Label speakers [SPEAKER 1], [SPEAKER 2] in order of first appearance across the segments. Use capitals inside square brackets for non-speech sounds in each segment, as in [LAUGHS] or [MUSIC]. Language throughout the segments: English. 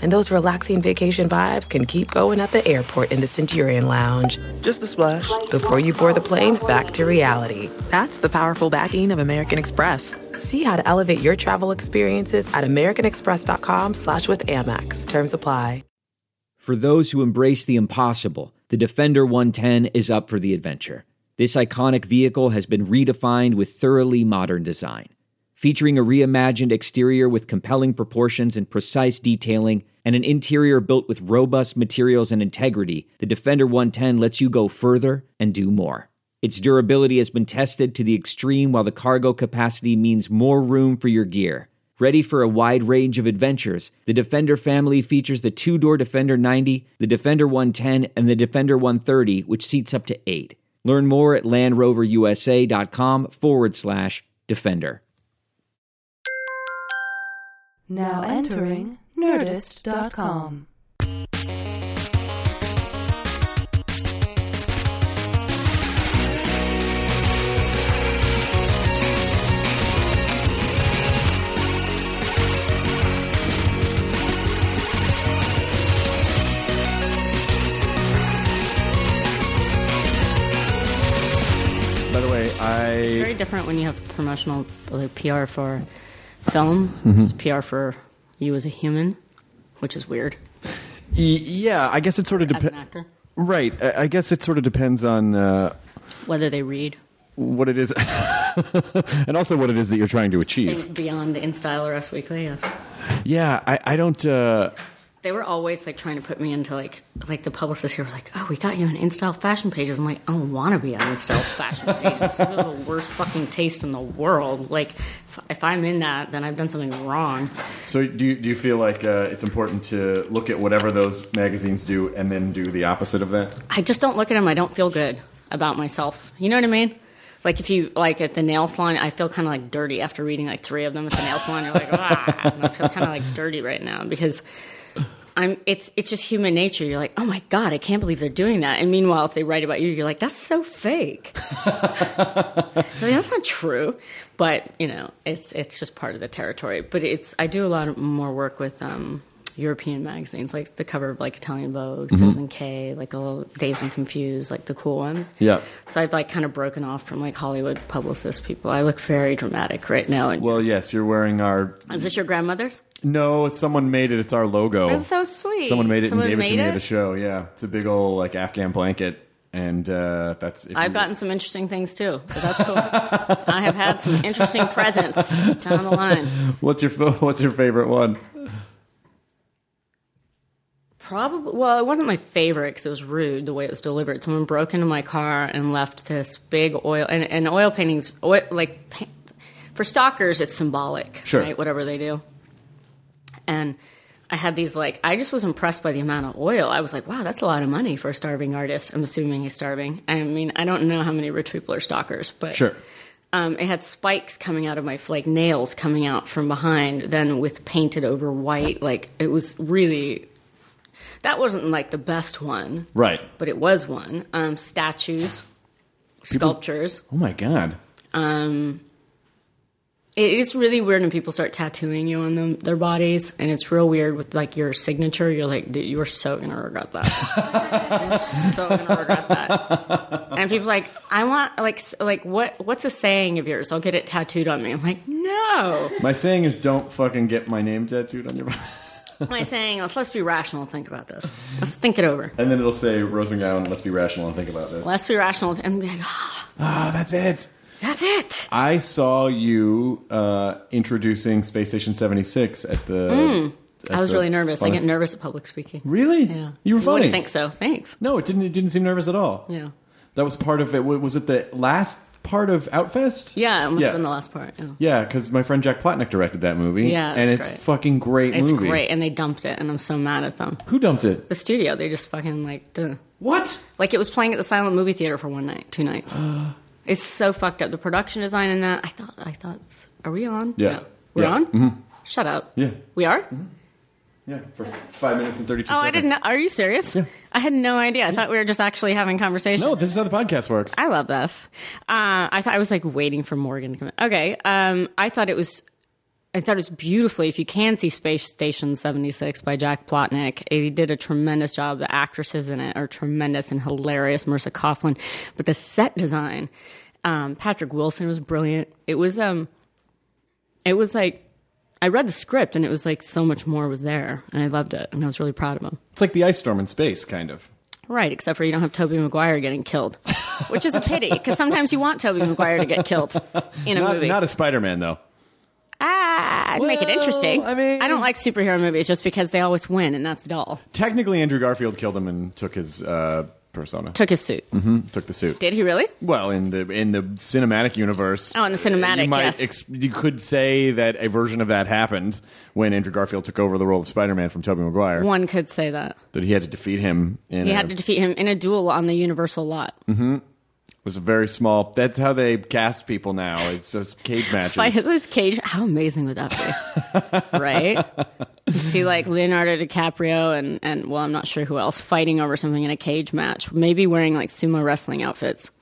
[SPEAKER 1] And those relaxing vacation vibes can keep going at the airport in the Centurion Lounge.
[SPEAKER 2] Just a splash.
[SPEAKER 1] Before you board the plane, back to reality. That's the powerful backing of American Express. See how to elevate your travel experiences at americanexpress.com slash with Amex. Terms apply.
[SPEAKER 3] For those who embrace the impossible, the Defender 110 is up for the adventure. This iconic vehicle has been redefined with thoroughly modern design. Featuring a reimagined exterior with compelling proportions and precise detailing, and an interior built with robust materials and integrity, the Defender 110 lets you go further and do more. Its durability has been tested to the extreme, while the cargo capacity means more room for your gear. Ready for a wide range of adventures, the Defender family features the two door Defender 90, the Defender 110, and the Defender 130, which seats up to eight. Learn more at LandRoverUSA.com forward slash Defender.
[SPEAKER 4] Now entering Nerdist.com.
[SPEAKER 5] By the way, I
[SPEAKER 6] It's very different when you have promotional like PR for film, versus PR for you as a human, which is weird
[SPEAKER 5] y- yeah, I guess it sort of
[SPEAKER 6] as an
[SPEAKER 5] depends.
[SPEAKER 6] actor.
[SPEAKER 5] Right, I-, I guess it sort of depends on uh,
[SPEAKER 6] Whether they read
[SPEAKER 5] what it is, [LAUGHS] and also what it is that you're trying to
[SPEAKER 6] things
[SPEAKER 5] achieve.
[SPEAKER 6] beyond In Style or Us Weekly, yes.
[SPEAKER 5] Yeah, I, I don't. Uh,
[SPEAKER 6] They were always like trying to put me into like like the publicists here were like, oh, we got you on In Style fashion pages. I'm like, I don't want to be on In Style fashion pages. I have the worst fucking taste in the world. Like, if, if I'm in that, then I've done something wrong.
[SPEAKER 5] so, do you, do you feel like uh, it's important to look at whatever those magazines do and then do the opposite of that?
[SPEAKER 6] I just don't look at them. I don't feel good about myself. You know what I mean? Like if you like at the nail salon, I feel kind of like dirty after reading like three of them at the nail salon. You're like, ah, I feel kind of like dirty right now because I'm. It's it's just human nature. You're like, oh my god, I can't believe they're doing that. And meanwhile, if they write about you, you're like, that's
[SPEAKER 5] [LAUGHS]
[SPEAKER 6] so fake. I mean, that's not true, but you know, it's it's just part of the territory. But it's I do a lot of more work with um, European magazines, like the cover of like Italian Vogue,
[SPEAKER 5] Mm-hmm.
[SPEAKER 6] Susan K, like the little Days and Confused, like the cool ones.
[SPEAKER 5] Yeah.
[SPEAKER 6] So I've like kind of broken off from like Hollywood publicist people. I look very dramatic right now. And
[SPEAKER 5] Well, yes, you're wearing our.
[SPEAKER 6] is this your grandmother's?
[SPEAKER 5] No, it's someone made it. It's our logo.
[SPEAKER 6] That's so sweet.
[SPEAKER 5] Oh. Someone made it
[SPEAKER 6] Someone
[SPEAKER 5] and gave it to
[SPEAKER 6] made
[SPEAKER 5] me
[SPEAKER 6] it?
[SPEAKER 5] at a show. Yeah, it's a big old like Afghan blanket, and uh, that's. If
[SPEAKER 6] I've
[SPEAKER 5] you-
[SPEAKER 6] gotten some interesting things too. So that's cool. I have had some interesting presents down the line.
[SPEAKER 5] [LAUGHS] What's your fo- What's your favorite one?
[SPEAKER 6] Probably. Well, it wasn't my favorite because it was rude the way it was delivered. Someone broke into my car and left this big oil and, and oil paintings. Oil, like pa- for stalkers, it's symbolic,
[SPEAKER 5] Sure.
[SPEAKER 6] right? Whatever they do. And I had these like I just was impressed by the amount of oil. I was like, wow, that's a lot of money for a starving artist. I'm assuming he's starving. I mean, I don't know how many rich people are stalkers, but
[SPEAKER 5] Sure.
[SPEAKER 6] um, it had spikes coming out of my like nails coming out from behind then with painted over white like it was really that wasn't like the best one
[SPEAKER 5] Right.
[SPEAKER 6] but it was one um, statues sculptures
[SPEAKER 5] Oh my god.
[SPEAKER 6] um, it is really weird when people start tattooing you on them, their bodies and it's real weird with like your signature you're like dude you're so gonna regret that [LAUGHS] so gonna regret that. And people are like, I want like s- like what what's a saying of yours? I'll get it tattooed on me. I'm like, no.
[SPEAKER 5] My saying is don't fucking get my name tattooed on your body.
[SPEAKER 6] My saying is let's be rational and think about this. Let's think it over.
[SPEAKER 5] [LAUGHS] And then it'll say, Rose McGowan, let's be rational and think about this.
[SPEAKER 6] Let's be rational and be like, "Ah,
[SPEAKER 5] Ah, that's it.
[SPEAKER 6] that's it.
[SPEAKER 5] I saw you uh, introducing Space Station 76 at the. at
[SPEAKER 6] Hmm. I was
[SPEAKER 5] the
[SPEAKER 6] really nervous. I
[SPEAKER 5] Bonif-
[SPEAKER 6] get nervous at public speaking.
[SPEAKER 5] Really?
[SPEAKER 6] Yeah.
[SPEAKER 5] You were funny.
[SPEAKER 6] wouldn't think so. Thanks.
[SPEAKER 5] No, it didn't, it didn't seem nervous at all.
[SPEAKER 6] Yeah.
[SPEAKER 5] That was part of it. wa- Was it the last part of Outfest?
[SPEAKER 6] Yeah, it must
[SPEAKER 5] Yeah.
[SPEAKER 6] have been the last part. Yeah.
[SPEAKER 5] Yeah, because my friend Jack Platnick directed that movie.
[SPEAKER 6] Yeah,
[SPEAKER 5] and
[SPEAKER 6] it's
[SPEAKER 5] it's
[SPEAKER 6] great.
[SPEAKER 5] fucking great
[SPEAKER 6] It's
[SPEAKER 5] movie.
[SPEAKER 6] great, and they dumped it, and I'm so mad at them.
[SPEAKER 5] Who dumped it?
[SPEAKER 6] The studio, they just fucking like, duh.
[SPEAKER 5] What?
[SPEAKER 6] Like it was playing at the silent movie theater for one night, two
[SPEAKER 5] [GASPS]
[SPEAKER 6] nights. it's so fucked up. The production design in that. I thought. I thought. Are we on?
[SPEAKER 5] Yeah. Mm-hmm.
[SPEAKER 6] No. We're
[SPEAKER 5] Yeah. Mm-hmm.
[SPEAKER 6] on. Shut up.
[SPEAKER 5] Yeah.
[SPEAKER 6] We are.
[SPEAKER 5] Yeah, for five minutes and thirty-two
[SPEAKER 6] Oh,
[SPEAKER 5] seconds.
[SPEAKER 6] I didn't. know- Are you serious? I had no idea. I thought we were just actually having conversation.
[SPEAKER 5] No, this is how the podcast works.
[SPEAKER 6] I love this. Uh, I thought I was like waiting for Morgan to come. In. Okay, um, I thought it was. I thought it was beautifully. If you can see Space Station 76 by Jack Plotnick, he did a tremendous job. The actresses in it are tremendous and hilarious. Marissa Coughlin, but the set design, um, Patrick Wilson was brilliant. It was, um, it was like, I read the script and it was like so much more was there, and I loved it, and I was really proud of him.
[SPEAKER 5] It's like the ice storm in space, kind of.
[SPEAKER 6] Right, except for you don't have Toby Maguire getting killed, which is a pity because sometimes you want Toby Maguire to get killed in a
[SPEAKER 5] Not,
[SPEAKER 6] movie.
[SPEAKER 5] not a Spider-Man though.
[SPEAKER 6] ah, I'd make it
[SPEAKER 5] Well,
[SPEAKER 6] interesting.
[SPEAKER 5] I mean-
[SPEAKER 6] I don't like superhero movies just because they always win, and that's dull.
[SPEAKER 5] Technically, Andrew Garfield killed him and took his uh, persona,
[SPEAKER 6] Took his suit.
[SPEAKER 5] took the suit.
[SPEAKER 6] Did he really?
[SPEAKER 5] Well, in the in the cinematic universe.
[SPEAKER 6] Oh, in the cinematic,
[SPEAKER 5] you might
[SPEAKER 6] yes.
[SPEAKER 5] ex- you could say that a version of that happened when Andrew Garfield took over the role of Spider-Man from Tobey Maguire.
[SPEAKER 6] One could say that
[SPEAKER 5] That he had to defeat him. In
[SPEAKER 6] he
[SPEAKER 5] a-
[SPEAKER 6] had to defeat him in a duel on the
[SPEAKER 5] [LAUGHS]
[SPEAKER 6] Universal lot.
[SPEAKER 5] was a very small. That's how they cast people now. It's those cage matches.
[SPEAKER 6] [LAUGHS] Fight this cage. How amazing would that
[SPEAKER 5] [LAUGHS]
[SPEAKER 6] be? right? You See, like Leonardo DiCaprio and and well, I'm not sure who else fighting over something in a cage match. Maybe wearing like sumo wrestling outfits.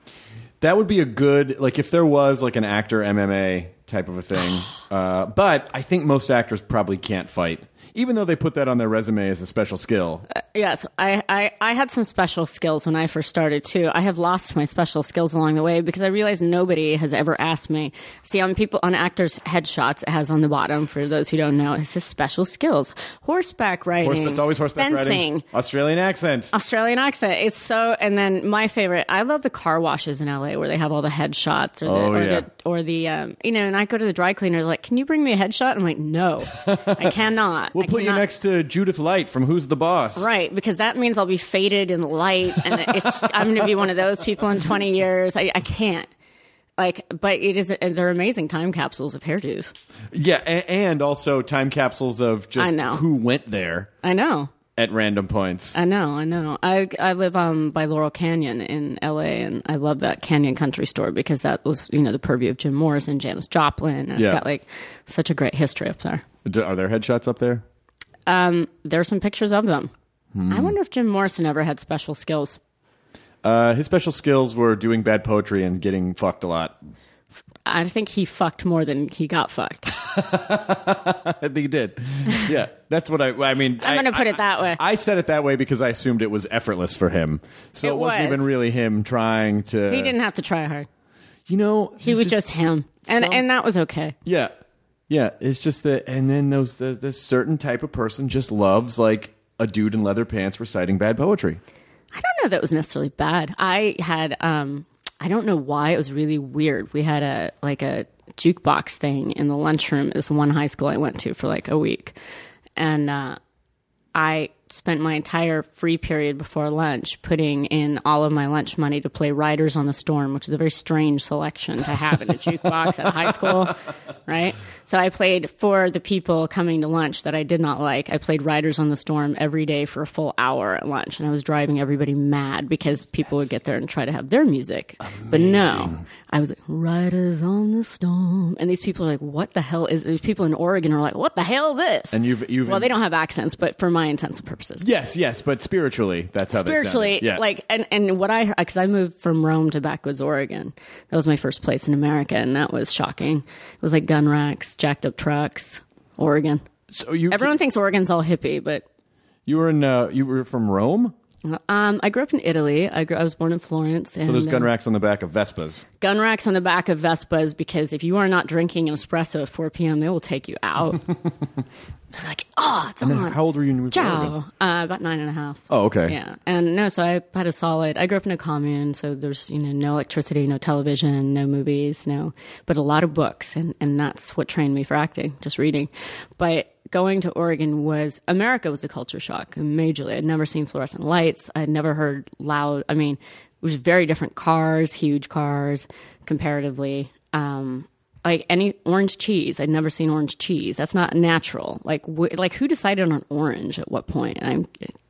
[SPEAKER 5] That would be a good like if there was like an actor MMA type of a thing.
[SPEAKER 6] [GASPS]
[SPEAKER 5] uh, but I think most actors probably can't fight, even though they put that on their resume as a special skill.
[SPEAKER 6] Yes, I, I, I had some special skills when I first started too. I have lost my special skills along the way because I realized nobody has ever asked me. See, on people on actors' headshots, it has on the bottom for those who don't know, it says special skills: horseback riding,
[SPEAKER 5] Horse, it's always horseback
[SPEAKER 6] fencing, Uh,
[SPEAKER 5] riding. Australian accent.
[SPEAKER 6] Australian accent. It's so. And then my favorite, I love the car washes in LA where they have all the headshots or the,
[SPEAKER 5] Oh,
[SPEAKER 6] or,
[SPEAKER 5] yeah.
[SPEAKER 6] the or the um, you know. And I go to the dry cleaner, they're like, "Can you bring me a headshot?" I'm like, "No, I
[SPEAKER 5] [LAUGHS]
[SPEAKER 6] cannot."
[SPEAKER 5] We'll
[SPEAKER 6] I
[SPEAKER 5] put you
[SPEAKER 6] cannot."
[SPEAKER 5] next to Judith Light from Who's the Boss.
[SPEAKER 6] Right, because that means I'll be faded and light, and it's just, I'm going to be one of those people in 20 years. I, I can't. Like, but it is. and They're amazing time capsules of hairdos.
[SPEAKER 5] Yeah, and, and also time capsules of just
[SPEAKER 6] I know.
[SPEAKER 5] who went there
[SPEAKER 6] I know,
[SPEAKER 5] at random points.
[SPEAKER 6] I know, I know. I I live um by Laurel Canyon in L.A. and I love that Canyon Country Store because that was you know the purview of Jim Morris and Janis Joplin, and
[SPEAKER 5] Yeah.
[SPEAKER 6] it's got like such a great history up there.
[SPEAKER 5] D- Are there headshots up there?
[SPEAKER 6] Um, there's some pictures of them. I wonder if Jim Morrison ever had special skills.
[SPEAKER 5] Uh, his special skills were doing bad poetry and getting fucked a lot.
[SPEAKER 6] I think he fucked more than he got fucked.
[SPEAKER 5] I think he did. Yeah, that's what I. I mean,
[SPEAKER 6] I'm
[SPEAKER 5] I-
[SPEAKER 6] gonna put
[SPEAKER 5] I-
[SPEAKER 6] it that way.
[SPEAKER 5] I said it that way because I assumed it was effortless for him, so it,
[SPEAKER 6] It
[SPEAKER 5] wasn't
[SPEAKER 6] was.
[SPEAKER 5] even really him trying to.
[SPEAKER 6] He didn't have to try hard.
[SPEAKER 5] You know,
[SPEAKER 6] He was just, him, and
[SPEAKER 5] some-
[SPEAKER 6] and that was okay.
[SPEAKER 5] Yeah, yeah. It's just that, and then those the, the certain type of person just loves like a dude in leather pants reciting bad poetry.
[SPEAKER 6] I don't know that was necessarily bad. I had um, I don't know why it was really weird. We had a like a jukebox thing in the lunchroom. at This one high school I went to for like a week, and uh, I spent my entire free period before lunch putting in all of my lunch money to play Riders on the Storm, which is a very strange selection to have in
[SPEAKER 5] [LAUGHS]
[SPEAKER 6] a jukebox at high school, right? So I played for the people coming to lunch that I did not like. I played Riders on the Storm every day for a full hour at lunch, and I was driving everybody mad because people would get there and try to have their music. But no, I was like, Riders on the Storm. And these people are like, what the hell is These people in Oregon are like, what the hell is this?
[SPEAKER 5] And you've you've
[SPEAKER 6] Well, they don't have accents, but for my intents and purposes,
[SPEAKER 5] Yes, yes, but spiritually, that's how they sounded.
[SPEAKER 6] spiritually,
[SPEAKER 5] Yeah.
[SPEAKER 6] like, and and what I because I moved from Rome to Backwoods, Oregon. That was my first place in America, and that was shocking. It was like gun racks, jacked up trucks, Oregon.
[SPEAKER 5] so you
[SPEAKER 6] Everyone thinks Oregon's all hippie, but
[SPEAKER 5] you were in uh, you were from Rome,
[SPEAKER 6] um, I grew up in Italy. I, grew, I was born in Florence. And,
[SPEAKER 5] so there's gun
[SPEAKER 6] uh,
[SPEAKER 5] racks on the back of Vespas.
[SPEAKER 6] gun racks on the back of Vespas because if you are not drinking an espresso at 4 p.m., they will take you
[SPEAKER 5] [LAUGHS]
[SPEAKER 6] out. They're like, oh, it's
[SPEAKER 5] And then
[SPEAKER 6] on.
[SPEAKER 5] how old were you when you moved to Oregon?
[SPEAKER 6] Ciao. Uh, about nine and a half.
[SPEAKER 5] Oh, okay.
[SPEAKER 6] Yeah. And no, so I had a solid, I grew up in a commune, so there's, you know, no electricity, no television, no movies, no, but a lot of books. And, and that's what trained me for acting, just reading. But going to Oregon was, America was a culture shock, majorly. I'd never seen fluorescent lights. I'd never heard loud, I mean, it was very different cars, huge cars comparatively. Um, like any orange cheese, I'd never seen orange cheese. That's not natural. Like, wh- like who decided on orange at what point? I'm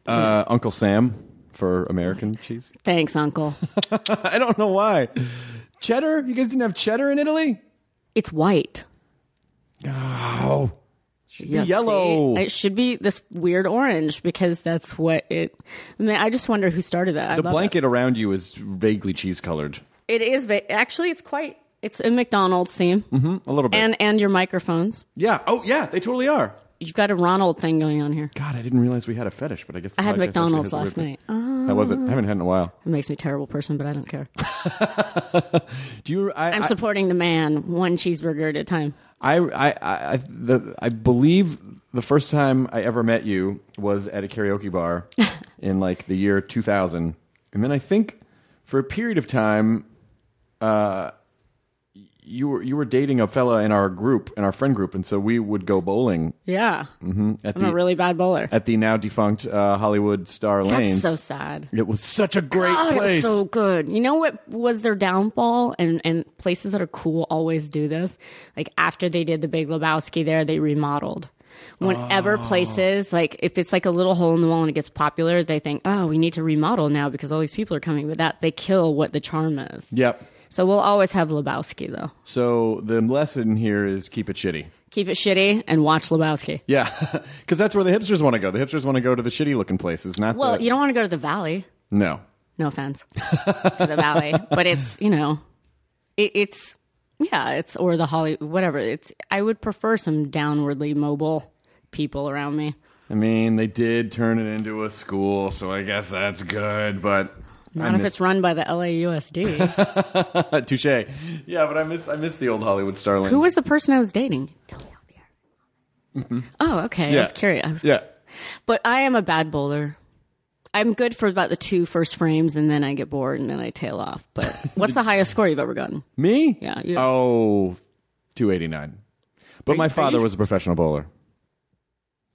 [SPEAKER 5] Uh, Uncle Sam for American cheese.
[SPEAKER 6] thanks, Uncle.
[SPEAKER 5] [LAUGHS] I don't know why. Cheddar? You guys didn't have cheddar in Italy?
[SPEAKER 6] It's white.
[SPEAKER 5] Oh. should
[SPEAKER 6] Yeah,
[SPEAKER 5] be yellow.
[SPEAKER 6] see? It should be this weird orange because that's what it. I mean, I just wonder who started that. I
[SPEAKER 5] the
[SPEAKER 6] love
[SPEAKER 5] blanket around you is vaguely cheese colored.
[SPEAKER 6] It, it is va- actually it's quite. It's a McDonald's theme,
[SPEAKER 5] A little bit.
[SPEAKER 6] and and your microphones.
[SPEAKER 5] yeah. Oh, yeah. They totally are.
[SPEAKER 6] You've got a Ronald thing going on here.
[SPEAKER 5] God, I didn't realize we had a fetish, but I guess the
[SPEAKER 6] I had
[SPEAKER 5] podcast actually
[SPEAKER 6] McDonald's
[SPEAKER 5] has a
[SPEAKER 6] last
[SPEAKER 5] weird-
[SPEAKER 6] night.
[SPEAKER 5] How was it? I haven't had it in a while.
[SPEAKER 6] It makes me a terrible person, but I
[SPEAKER 5] [LAUGHS]
[SPEAKER 6] don't care.
[SPEAKER 5] Do you? I,
[SPEAKER 6] I'm
[SPEAKER 5] I-
[SPEAKER 6] supporting the man, one cheeseburger at a time.
[SPEAKER 5] I, I, I, the, I believe the first time I ever met you was at a karaoke
[SPEAKER 6] [LAUGHS]
[SPEAKER 5] bar in like the year 2000. And then I think for a period of time, uh, you were you were dating a fella in our group in our friend group, and so we would go bowling mm-hmm,
[SPEAKER 6] Yeah,
[SPEAKER 5] at
[SPEAKER 6] I'm
[SPEAKER 5] the
[SPEAKER 6] a really bad bowler.
[SPEAKER 5] at the now defunct uh, Hollywood Star
[SPEAKER 6] That's
[SPEAKER 5] Lanes.
[SPEAKER 6] so sad.
[SPEAKER 5] It was such a great
[SPEAKER 6] Oh,
[SPEAKER 5] place.
[SPEAKER 6] It was so good. You know what was their downfall? And and places that are cool always do this. Like after they did the Big Lebowski, there they remodeled. Whenever places like if it's like a little hole in the wall and it gets popular, they think, oh, we need to remodel now because all these people are coming. But that they kill what the charm is.
[SPEAKER 5] Yep.
[SPEAKER 6] So we'll always have Lebowski though.
[SPEAKER 5] So the lesson here is keep it shitty.
[SPEAKER 6] Keep it shitty and watch Lebowski.
[SPEAKER 5] Yeah, [LAUGHS] because that's where the hipsters want to go. The hipsters want to go to the shitty looking places, not
[SPEAKER 6] Well,
[SPEAKER 5] the,
[SPEAKER 6] you don't want to go to the Valley.
[SPEAKER 5] No,
[SPEAKER 6] No offense to the Valley, but it's you know, it, it's yeah, it's or the Holly whatever. It's I would prefer some downwardly mobile people around me.
[SPEAKER 5] I mean they did turn it into a school, so I guess that's good. But
[SPEAKER 6] Not if it's run by the
[SPEAKER 5] [LAUGHS]
[SPEAKER 6] LAUSD.
[SPEAKER 5] touche. Yeah, but I miss I miss the old Hollywood Starlings.
[SPEAKER 6] Who was the person I was dating? Tell me out there. Oh, okay. I was curious. I was-
[SPEAKER 5] Mm-hmm. Yeah,
[SPEAKER 6] But I am a bad bowler. I'm good for about the two first frames, and then I get bored, and then I tail off. But
[SPEAKER 5] [LAUGHS]
[SPEAKER 6] what's the highest score you've ever gotten?
[SPEAKER 5] me.
[SPEAKER 6] Yeah, you-
[SPEAKER 5] Oh, 289. But my
[SPEAKER 6] are
[SPEAKER 5] father
[SPEAKER 6] you-
[SPEAKER 5] was a professional bowler.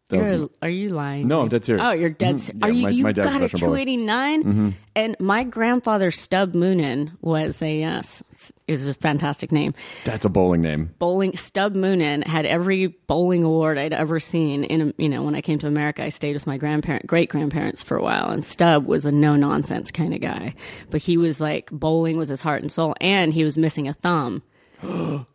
[SPEAKER 5] That was-
[SPEAKER 6] You're, are you lying?
[SPEAKER 5] No, I'm dead serious.
[SPEAKER 6] Oh, you're dead
[SPEAKER 5] Mhm.
[SPEAKER 6] serious.
[SPEAKER 5] Yeah,
[SPEAKER 6] are you?
[SPEAKER 5] my-
[SPEAKER 6] you
[SPEAKER 5] my dad's Mm-hmm.
[SPEAKER 6] got a
[SPEAKER 5] Russian bowler.
[SPEAKER 6] 289, and my grandfather Stub Moonin was a uh, yes, it was a fantastic name.
[SPEAKER 5] that's a bowling name.
[SPEAKER 6] Bowling Stub Moonin had every bowling award I'd ever seen. In a, you know, when I came to America, I stayed with my grandparent, great grandparents for a while, and Stub was a no nonsense kind of guy. But he was like bowling was his heart and soul, and he was missing
[SPEAKER 5] [GASPS]
[SPEAKER 6] a thumb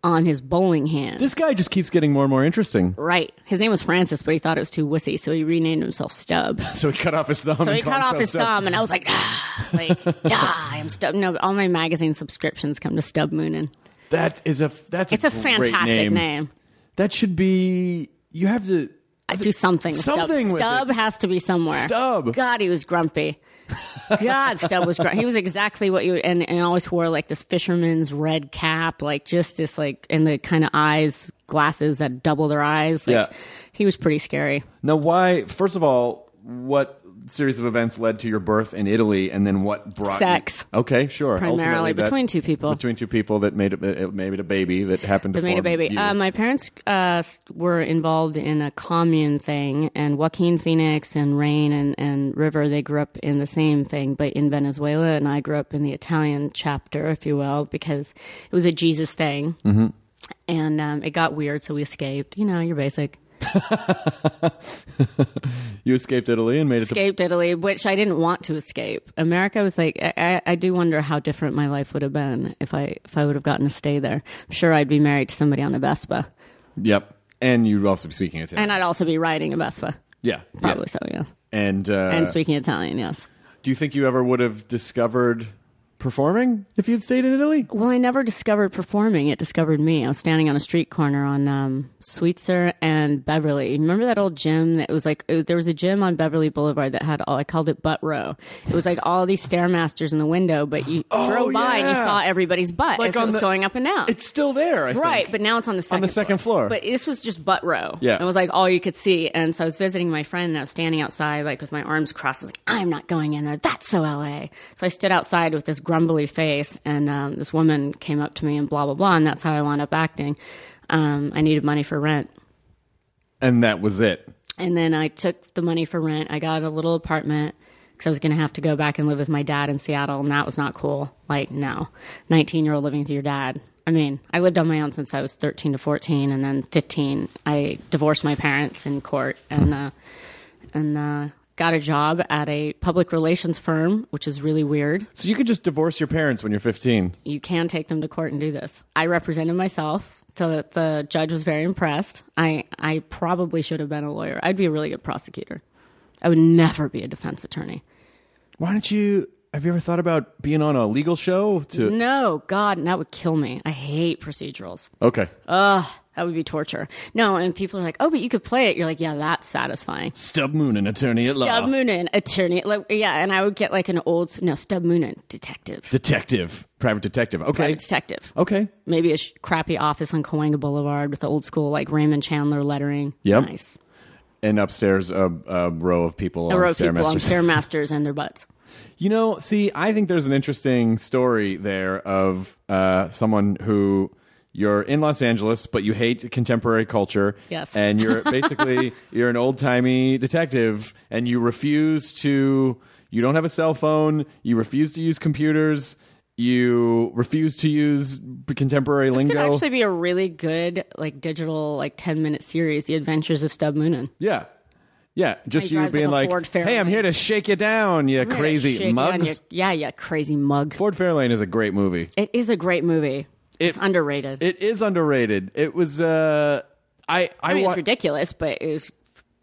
[SPEAKER 6] on his bowling hand.
[SPEAKER 5] This guy just keeps getting more and more
[SPEAKER 6] [LAUGHS]
[SPEAKER 5] interesting.
[SPEAKER 6] Right. His name was Francis, but he thought it was too wussy, so he renamed himself Stub.
[SPEAKER 5] So he cut off his thumb.
[SPEAKER 6] So
[SPEAKER 5] and
[SPEAKER 6] he
[SPEAKER 5] called
[SPEAKER 6] cut off
[SPEAKER 5] himself
[SPEAKER 6] his
[SPEAKER 5] Stub.
[SPEAKER 6] thumb, and I was like, ah, like,
[SPEAKER 5] [LAUGHS]
[SPEAKER 6] ah, I'm Stub. No, all my magazine subscriptions come to Stub Moonin.
[SPEAKER 5] That is a f- that's
[SPEAKER 6] It's a
[SPEAKER 5] great
[SPEAKER 6] fantastic name.
[SPEAKER 5] That should be. You have to.
[SPEAKER 6] I do something. With
[SPEAKER 5] Something
[SPEAKER 6] Stub,
[SPEAKER 5] with
[SPEAKER 6] Stub
[SPEAKER 5] it.
[SPEAKER 6] has to be somewhere.
[SPEAKER 5] Stub.
[SPEAKER 6] God, he was grumpy. God, Stub was grumpy. He was exactly what you and and always wore like this fisherman's red cap, like just this like and the kind of eyes glasses that double their eyes. Like,
[SPEAKER 5] Yeah.
[SPEAKER 6] He was pretty scary.
[SPEAKER 5] Now, why? First of all, what series of events led to your birth in Italy, and then what brought you-
[SPEAKER 6] Sex.
[SPEAKER 5] okay, sure.
[SPEAKER 6] Primarily
[SPEAKER 5] Ultimately, that-
[SPEAKER 6] between two people.
[SPEAKER 5] Between two people that made it, it made a baby that happened to
[SPEAKER 6] They made a
[SPEAKER 5] form
[SPEAKER 6] baby.
[SPEAKER 5] you.
[SPEAKER 6] Uh, my parents uh, s- were involved in a commune thing, and Joaquin Phoenix and Rain and, and River, they grew up in the same thing, but in Venezuela, and I grew up in the Italian chapter, if you will, because it was a Jesus thing. Mm-hmm. And um, it got weird, so we escaped. You know, you're basic.
[SPEAKER 5] you escaped Italy and made it. To,
[SPEAKER 6] Escaped Italy, which I didn't want to escape. America was like, I, I, I do wonder how different my life would have been if I if I would have gotten to stay there. I'm sure I'd be married to somebody on a Vespa,
[SPEAKER 5] yep, and you'd also be speaking Italian.
[SPEAKER 6] and I'd also be riding a Vespa.
[SPEAKER 5] yeah, yeah.
[SPEAKER 6] Probably so, yeah.
[SPEAKER 5] And, uh,
[SPEAKER 6] And speaking Italian, yes.
[SPEAKER 5] do you think you ever would have discovered performing if you'd stayed in Italy?
[SPEAKER 6] Well, I never discovered performing. It discovered me. I was standing on a street corner on um, Sweetser and Beverly. Remember that old gym that was like, it- there was a gym on Beverly Boulevard that had all, I called it Butt Row. It was like all these Stairmasters in the window,
[SPEAKER 5] [GASPS]
[SPEAKER 6] but you drove by and you
[SPEAKER 5] Oh, yeah.
[SPEAKER 6] saw everybody's butt
[SPEAKER 5] Like
[SPEAKER 6] as it
[SPEAKER 5] on
[SPEAKER 6] was
[SPEAKER 5] the-
[SPEAKER 6] going up and down.
[SPEAKER 5] It's still there, I think.
[SPEAKER 6] Right, but now it's on the second
[SPEAKER 5] On the second floor.
[SPEAKER 6] But this was just butt row.
[SPEAKER 5] Yeah.
[SPEAKER 6] it was like all you could see. And so I was visiting my friend, and I was standing outside, like with my arms crossed. I was like, "I'm not going in there. That's so LA." So I stood outside with this grumbly face, and um, this woman came up to me and blah blah blah, and that's how I wound up acting. Um, I needed money for rent.
[SPEAKER 5] and that was it.
[SPEAKER 6] And then I took the money for rent. I got a little apartment because I was going to have to go back and live with my dad in Seattle, and that was not cool. Like, no, nineteen year old living with your dad. I mean, I lived on my own since I was thirteen to fourteen, and then fifteen, I divorced my parents in court, and uh, and uh, got a job at a public relations firm, which is really weird.
[SPEAKER 5] So you could just divorce your parents when you're 15.
[SPEAKER 6] You can take them to court and do this. I represented myself, so that the judge was very impressed. I, I probably should have been a lawyer. I'd be a really good prosecutor. I would never be a defense attorney.
[SPEAKER 5] Why don't you? Have you ever thought about being on a legal show? To
[SPEAKER 6] No, God, and that would kill me. I hate procedurals.
[SPEAKER 5] okay,
[SPEAKER 6] Ugh, that would be torture. No, and people are like, oh, but you could play it. You're like, yeah, that's satisfying.
[SPEAKER 5] Stub Moon, an attorney at
[SPEAKER 6] Stub
[SPEAKER 5] law,
[SPEAKER 6] Moonin, attorney. Like, yeah, and I would get like an old, no, Stub Moonin, detective.
[SPEAKER 5] detective, private detective. Okay,
[SPEAKER 6] Private detective.
[SPEAKER 5] okay.
[SPEAKER 6] Maybe a sh- crappy office on Cahuenga Boulevard with the old school, like Raymond Chandler lettering.
[SPEAKER 5] Yep.
[SPEAKER 6] Nice.
[SPEAKER 5] And upstairs, a, a row of people
[SPEAKER 6] I
[SPEAKER 5] on
[SPEAKER 6] wrote people on
[SPEAKER 5] stairmasters.
[SPEAKER 6] Stairmasters and their butts.
[SPEAKER 5] You know, see, I think there's an interesting story there of uh, someone who you're in Los Angeles, but you hate contemporary culture.
[SPEAKER 6] Yes.
[SPEAKER 5] and
[SPEAKER 6] [LAUGHS]
[SPEAKER 5] you're basically you're an old timey detective, and you refuse to. You don't have a cell phone. You refuse to use computers. You refuse to use contemporary
[SPEAKER 6] This
[SPEAKER 5] lingo.
[SPEAKER 6] could actually be a really good, like, digital, like, 10 minute series, The Adventures of Stub Moonin.
[SPEAKER 5] yeah. Yeah, just
[SPEAKER 6] He
[SPEAKER 5] you
[SPEAKER 6] drives like
[SPEAKER 5] being
[SPEAKER 6] a
[SPEAKER 5] like,
[SPEAKER 6] Ford
[SPEAKER 5] "Hey, I'm
[SPEAKER 6] Fairlane."
[SPEAKER 5] here to shake you down, you
[SPEAKER 6] I'm gonna shake
[SPEAKER 5] crazy
[SPEAKER 6] you on
[SPEAKER 5] mugs."
[SPEAKER 6] your- yeah, yeah, crazy mug.
[SPEAKER 5] Ford Fairlane is a great movie.
[SPEAKER 6] It is a great movie. it's
[SPEAKER 5] It-
[SPEAKER 6] underrated.
[SPEAKER 5] It is underrated. It was uh I I,
[SPEAKER 6] I mean,
[SPEAKER 5] wa-
[SPEAKER 6] it's ridiculous, but it was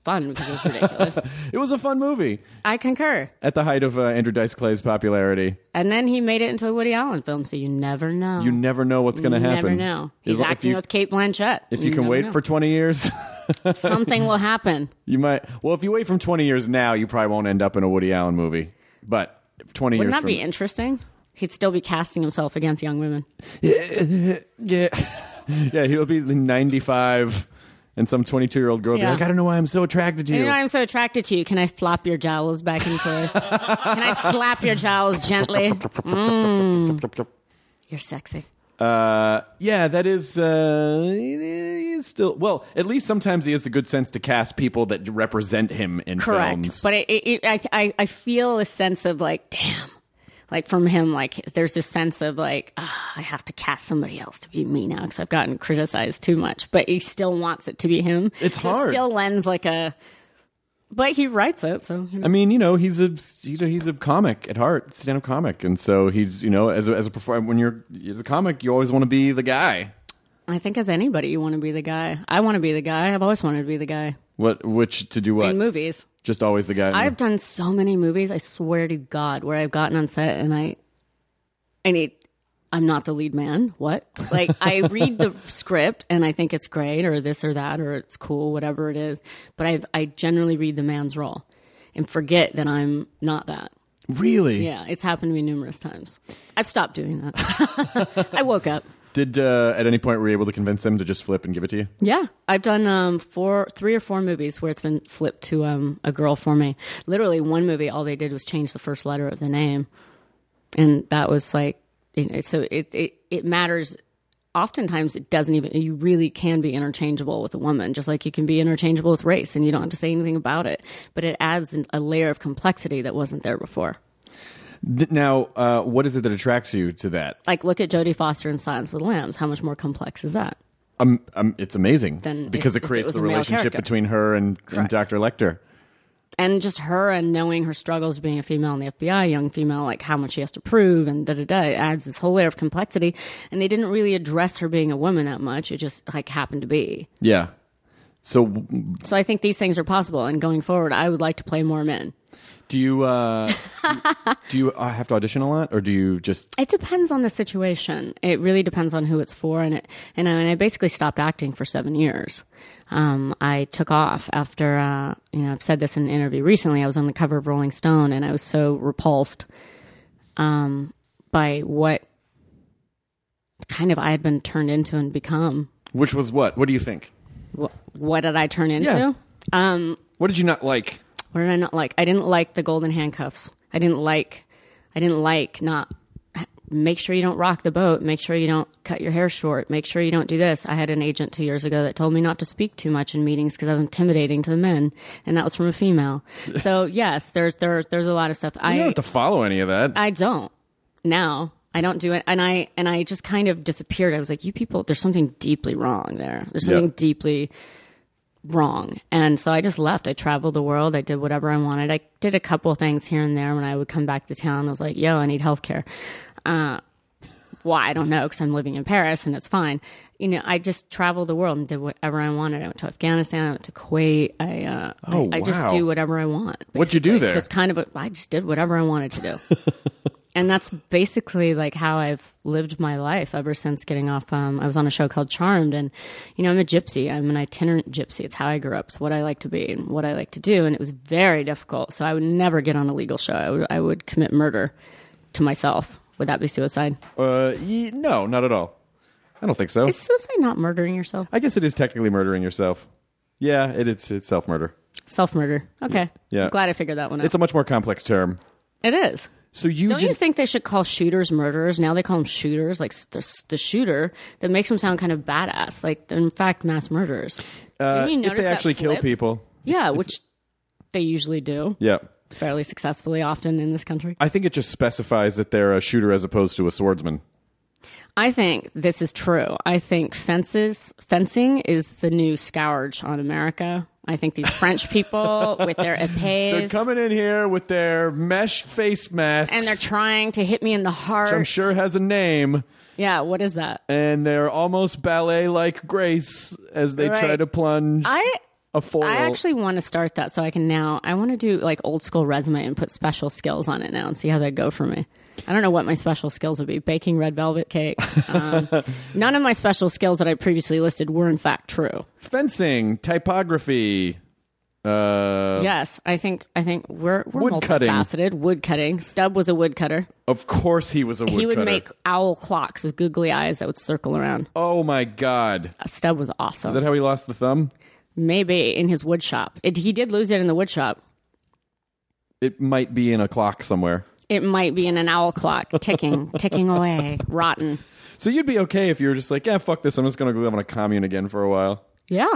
[SPEAKER 6] fun because it
[SPEAKER 5] [LAUGHS]
[SPEAKER 6] was ridiculous.
[SPEAKER 5] it was a fun movie
[SPEAKER 6] I concur.
[SPEAKER 5] at the height of uh, Andrew Dice Clay's popularity.
[SPEAKER 6] And then he made it into a Woody Allen film, so you never know.
[SPEAKER 5] You never know what's going to
[SPEAKER 6] You
[SPEAKER 5] happen.
[SPEAKER 6] Never know. He's
[SPEAKER 5] As- if
[SPEAKER 6] acting
[SPEAKER 5] you,
[SPEAKER 6] with Kate Blanchett.
[SPEAKER 5] If you, can
[SPEAKER 6] never
[SPEAKER 5] wait
[SPEAKER 6] know.
[SPEAKER 5] for 20 years, [LAUGHS]
[SPEAKER 6] something will happen.
[SPEAKER 5] you might Well, if you wait from 20 years now, you probably won't end up in a Woody Allen movie. But 20 [LAUGHS]
[SPEAKER 6] Wouldn't
[SPEAKER 5] years
[SPEAKER 6] that
[SPEAKER 5] from
[SPEAKER 6] be interesting? He'd still be casting himself against young women.
[SPEAKER 5] [LAUGHS] Yeah. yeah, he'll be 95 and some 22-year-old girl will
[SPEAKER 6] Yeah.
[SPEAKER 5] be like, "I don't know why I'm so attracted to
[SPEAKER 6] You
[SPEAKER 5] you."
[SPEAKER 6] know, I'm so attracted to you. Can I flop your jowls back
[SPEAKER 5] [LAUGHS]
[SPEAKER 6] and forth? Can I slap your jowls gently? Mm. You're sexy.
[SPEAKER 5] Uh, yeah, that is uh, he's still well. At least sometimes he has the good sense to cast people that represent him in
[SPEAKER 6] Correct.
[SPEAKER 5] films.
[SPEAKER 6] But it, it, it, I, I, I feel a sense of like, damn. Like from him, like there's this sense of like, ah, I have to cast somebody else to be me now because I've gotten criticized too much. But he still wants it to be him.
[SPEAKER 5] It's
[SPEAKER 6] So
[SPEAKER 5] hard.
[SPEAKER 6] Still lends like a, but he writes it, so you know.
[SPEAKER 5] I mean, you know, he's a you know he's a comic at heart, stand-up comic, and so he's you know as a, as a performer when you're as a comic, you always want to be the guy.
[SPEAKER 6] I think as anybody, you want to be the guy. I want to be the guy. I've always wanted to be the guy
[SPEAKER 5] What which to do what?
[SPEAKER 6] in movies.
[SPEAKER 5] Just always the guy.
[SPEAKER 6] I've done so many movies. I swear to God, where I've gotten on set and I, I need. I'm not the lead man. What? Like I read the script and I think it's great or this or that or it's cool, whatever it is. But I I generally read the man's role, and forget that I'm not that.
[SPEAKER 5] really?
[SPEAKER 6] Yeah, it's happened to me numerous times. I've stopped doing that. I woke up.
[SPEAKER 5] Did uh, at any point were you able to convince him to just flip and give it to you?
[SPEAKER 6] Yeah, I've done um, four, three or four movies where it's been flipped to um, a girl for me. Literally, one movie, all they did was change the first letter of the name, and that was like, you know, so it it it matters. Oftentimes, it doesn't even. You really can be interchangeable with a woman, just like you can be interchangeable with race, and you don't have to say anything about it. But it adds an, a layer of complexity that wasn't there before.
[SPEAKER 5] Th- now, uh, what is it that attracts you to that?
[SPEAKER 6] Like, look at Jodie Foster in Silence of the Lambs. How much more complex is that?
[SPEAKER 5] Um, um, it's amazing
[SPEAKER 6] Then if-
[SPEAKER 5] because
[SPEAKER 6] if
[SPEAKER 5] it
[SPEAKER 6] it
[SPEAKER 5] creates
[SPEAKER 6] was
[SPEAKER 5] the
[SPEAKER 6] a male
[SPEAKER 5] relationship
[SPEAKER 6] character.
[SPEAKER 5] between her and, and
[SPEAKER 6] Correct.
[SPEAKER 5] Dr. Lecter.
[SPEAKER 6] and just her and knowing her struggles being a female in the FBI, young female, like how much she has to prove and da da da, it adds this whole layer of complexity. And they didn't really address her being a woman that much. It just like happened to be.
[SPEAKER 5] Yeah. So w-
[SPEAKER 6] So I think these things are possible. And going forward, I would like to play more men.
[SPEAKER 5] do you uh, [LAUGHS] do you uh, have to audition a lot, or do you just?
[SPEAKER 6] It depends on the situation. It really depends on who it's for, and it and I, and I basically stopped acting for seven years. Um, I took off after uh, you know I've said this in an interview recently. I was on the cover of Rolling Stone, and I was so repulsed um, by what kind of I had been turned into and become.
[SPEAKER 5] Which was what? What do you think?
[SPEAKER 6] What, what did I turn into?
[SPEAKER 5] Yeah.
[SPEAKER 6] Um,
[SPEAKER 5] What did you not like?
[SPEAKER 6] what did I not like? I didn't like the golden handcuffs. I didn't like. I didn't like not. Make sure you don't rock the boat. Make sure you don't cut your hair short. Make sure you don't do this. I had an agent two years ago that told me not to speak too much in meetings because I was intimidating to the men, and that was from a female. So yes, there's there there's a lot of stuff.
[SPEAKER 5] You
[SPEAKER 6] I
[SPEAKER 5] don't have to follow any of that.
[SPEAKER 6] I don't now. I don't do it, and I and I just kind of disappeared. I was like, you people, there's something deeply wrong there. There's
[SPEAKER 5] Yeah.
[SPEAKER 6] something deeply wrong. And so I just left. I traveled the world. I did whatever I wanted. I did a couple things here and there when I would come back to town. I was like, yo, I need healthcare. Uh, why? I don't know because I'm living in Paris and it's fine. You know, I just traveled the world and did whatever I wanted. I went to Afghanistan. I went to Kuwait. I uh,
[SPEAKER 5] Oh,
[SPEAKER 6] I, I just
[SPEAKER 5] wow.
[SPEAKER 6] do whatever I want.
[SPEAKER 5] What'd you do
[SPEAKER 6] basically.
[SPEAKER 5] there?
[SPEAKER 6] So it's kind of a, I just did whatever I wanted to
[SPEAKER 5] [LAUGHS]
[SPEAKER 6] do. and that's basically like how I've lived my life ever since getting off. Um, I was on a show called Charmed, and you know, I'm a gypsy. I'm an itinerant gypsy. It's how I grew up. It's what I like to be and what I like to do. And it was very difficult. So I would never get on a legal show. I would, I would commit murder to myself. Would that be suicide?
[SPEAKER 5] Uh, ye- no, not at all. I don't think so.
[SPEAKER 6] Is suicide not murdering yourself?
[SPEAKER 5] I guess it is technically murdering yourself. Yeah, it, it's it's self murder.
[SPEAKER 6] Self murder. Okay.
[SPEAKER 5] Yeah.
[SPEAKER 6] I'm glad I figured that one out.
[SPEAKER 5] It's a much more complex term.
[SPEAKER 6] it is.
[SPEAKER 5] So you
[SPEAKER 6] Don't
[SPEAKER 5] did,
[SPEAKER 6] you think they should call shooters murderers? Now they call them shooters, like s- the, s- the shooter. That makes them sound kind of badass. Like they're in fact mass murderers.
[SPEAKER 5] uh,
[SPEAKER 6] Didn't you
[SPEAKER 5] if
[SPEAKER 6] notice
[SPEAKER 5] they
[SPEAKER 6] that
[SPEAKER 5] actually kill
[SPEAKER 6] flip?
[SPEAKER 5] people?
[SPEAKER 6] Yeah, which they usually do
[SPEAKER 5] Yeah,
[SPEAKER 6] fairly successfully, often in this country.
[SPEAKER 5] I think it just specifies that they're a shooter as opposed to a swordsman.
[SPEAKER 6] I think this is true. I think fences fencing is the new scourge on America. I think these
[SPEAKER 5] [LAUGHS]
[SPEAKER 6] French people with their
[SPEAKER 5] They're
[SPEAKER 6] épées
[SPEAKER 5] coming in here with their mesh face masks,
[SPEAKER 6] and they're trying to hit me in the heart.
[SPEAKER 5] which I'm sure has a name,
[SPEAKER 6] Yeah, what is that?
[SPEAKER 5] and they're almost ballet like grace as they try
[SPEAKER 6] Right.
[SPEAKER 5] to plunge
[SPEAKER 6] I
[SPEAKER 5] a foil.
[SPEAKER 6] I actually want to start that so I can now. I want to do like old school resume and put special skills on it now and see how that go for me. I don't know what my special skills would be. Baking red velvet cake. Um,
[SPEAKER 5] [LAUGHS]
[SPEAKER 6] none of my special skills that I previously listed were in fact true.
[SPEAKER 5] fencing, typography. Uh,
[SPEAKER 6] yes, I think I think we're we're
[SPEAKER 5] Wood cutting.
[SPEAKER 6] multifaceted. Wood cutting. Stub was a wood cutter.
[SPEAKER 5] Of course, he was a woodcutter.
[SPEAKER 6] He would make owl clocks with googly eyes that would circle around. Uh,
[SPEAKER 5] Oh my god!
[SPEAKER 6] Stub was awesome.
[SPEAKER 5] Is that how he lost the thumb?
[SPEAKER 6] Maybe in his wood shop. It, he did lose it in the wood shop.
[SPEAKER 5] It might be in a clock somewhere.
[SPEAKER 6] It might be in an owl clock ticking, ticking away, rotten.
[SPEAKER 5] So you'd be okay if you were just like, yeah, fuck this. I'm just gonna go live on a commune again for a while.
[SPEAKER 6] Yeah.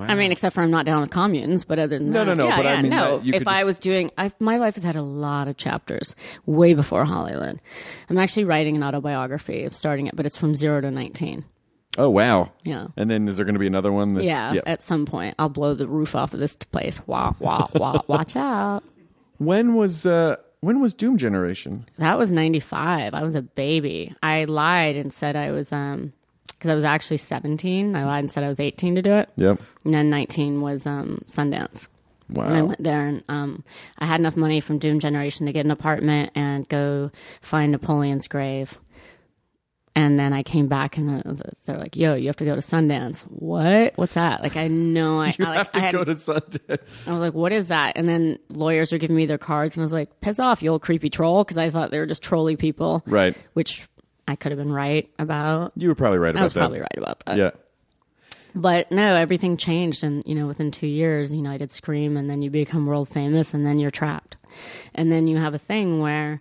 [SPEAKER 6] I mean, except for I'm not down with communes, but other than
[SPEAKER 5] No,
[SPEAKER 6] that,
[SPEAKER 5] no, no,
[SPEAKER 6] yeah,
[SPEAKER 5] but I
[SPEAKER 6] yeah,
[SPEAKER 5] mean
[SPEAKER 6] no.
[SPEAKER 5] that you
[SPEAKER 6] if
[SPEAKER 5] could
[SPEAKER 6] I
[SPEAKER 5] just-
[SPEAKER 6] was doing, I've, my life has had a lot of chapters way before Hollywood. I'm actually writing an autobiography. I'm starting it, but it's from zero to nineteen.
[SPEAKER 5] Oh wow!
[SPEAKER 6] Yeah.
[SPEAKER 5] And then is there gonna be another one? That's,
[SPEAKER 6] yeah, at some point, I'll blow the roof off of this place. Wah wah wah! [LAUGHS] Watch out.
[SPEAKER 5] When was uh when was Doom Generation?
[SPEAKER 6] That was 95. I was a baby. I lied and said I was, um, because I was actually 17. I lied and said I was 18 to do it.
[SPEAKER 5] Yep.
[SPEAKER 6] And then 19 was um, Sundance. And I
[SPEAKER 5] Wow.
[SPEAKER 6] went there and um, I had enough money from Doom Generation to get an apartment and go find Napoleon's grave. And then I came back and I was- they're like, yo, you have to go to Sundance. What? What's that? Like,
[SPEAKER 5] [LAUGHS]
[SPEAKER 6] I know. I,
[SPEAKER 5] You
[SPEAKER 6] I, like,
[SPEAKER 5] have to
[SPEAKER 6] I had-
[SPEAKER 5] go to Sundance.
[SPEAKER 6] I was like, what is that? And then lawyers are giving me their cards, and I was like, piss off, you old creepy troll, because I thought they were just trolling people.
[SPEAKER 5] Right.
[SPEAKER 6] Which I could have been right about.
[SPEAKER 5] You were probably right about
[SPEAKER 6] I was
[SPEAKER 5] that.
[SPEAKER 6] probably right about that.
[SPEAKER 5] Yeah.
[SPEAKER 6] But no, everything changed. And, you know, within two years, you know, I did Scream, and then you become world famous, and then you're trapped. And then you have a thing where,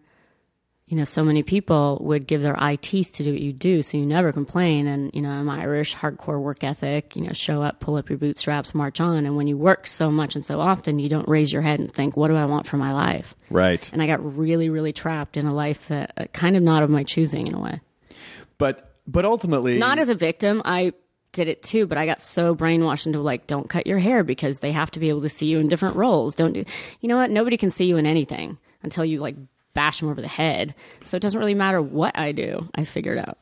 [SPEAKER 6] you know, so many people would give their eye teeth to do what you do, so you never complain. And, you know, I'm Irish, hardcore work ethic, you know, show up, pull up your bootstraps, march on. And when you work so much and so often, you don't raise your head and think, what do I want for my life?
[SPEAKER 5] Right.
[SPEAKER 6] And I got really, really trapped in a life that uh, kind of not of my choosing in a way
[SPEAKER 5] But but ultimately
[SPEAKER 6] not as a victim. I did it too, but I got so brainwashed into like, don't cut your hair because they have to be able to see you in different roles. Don't do, you know what? Nobody can see you in anything until you like bash them over the head. So it doesn't really matter what I do. I figured out.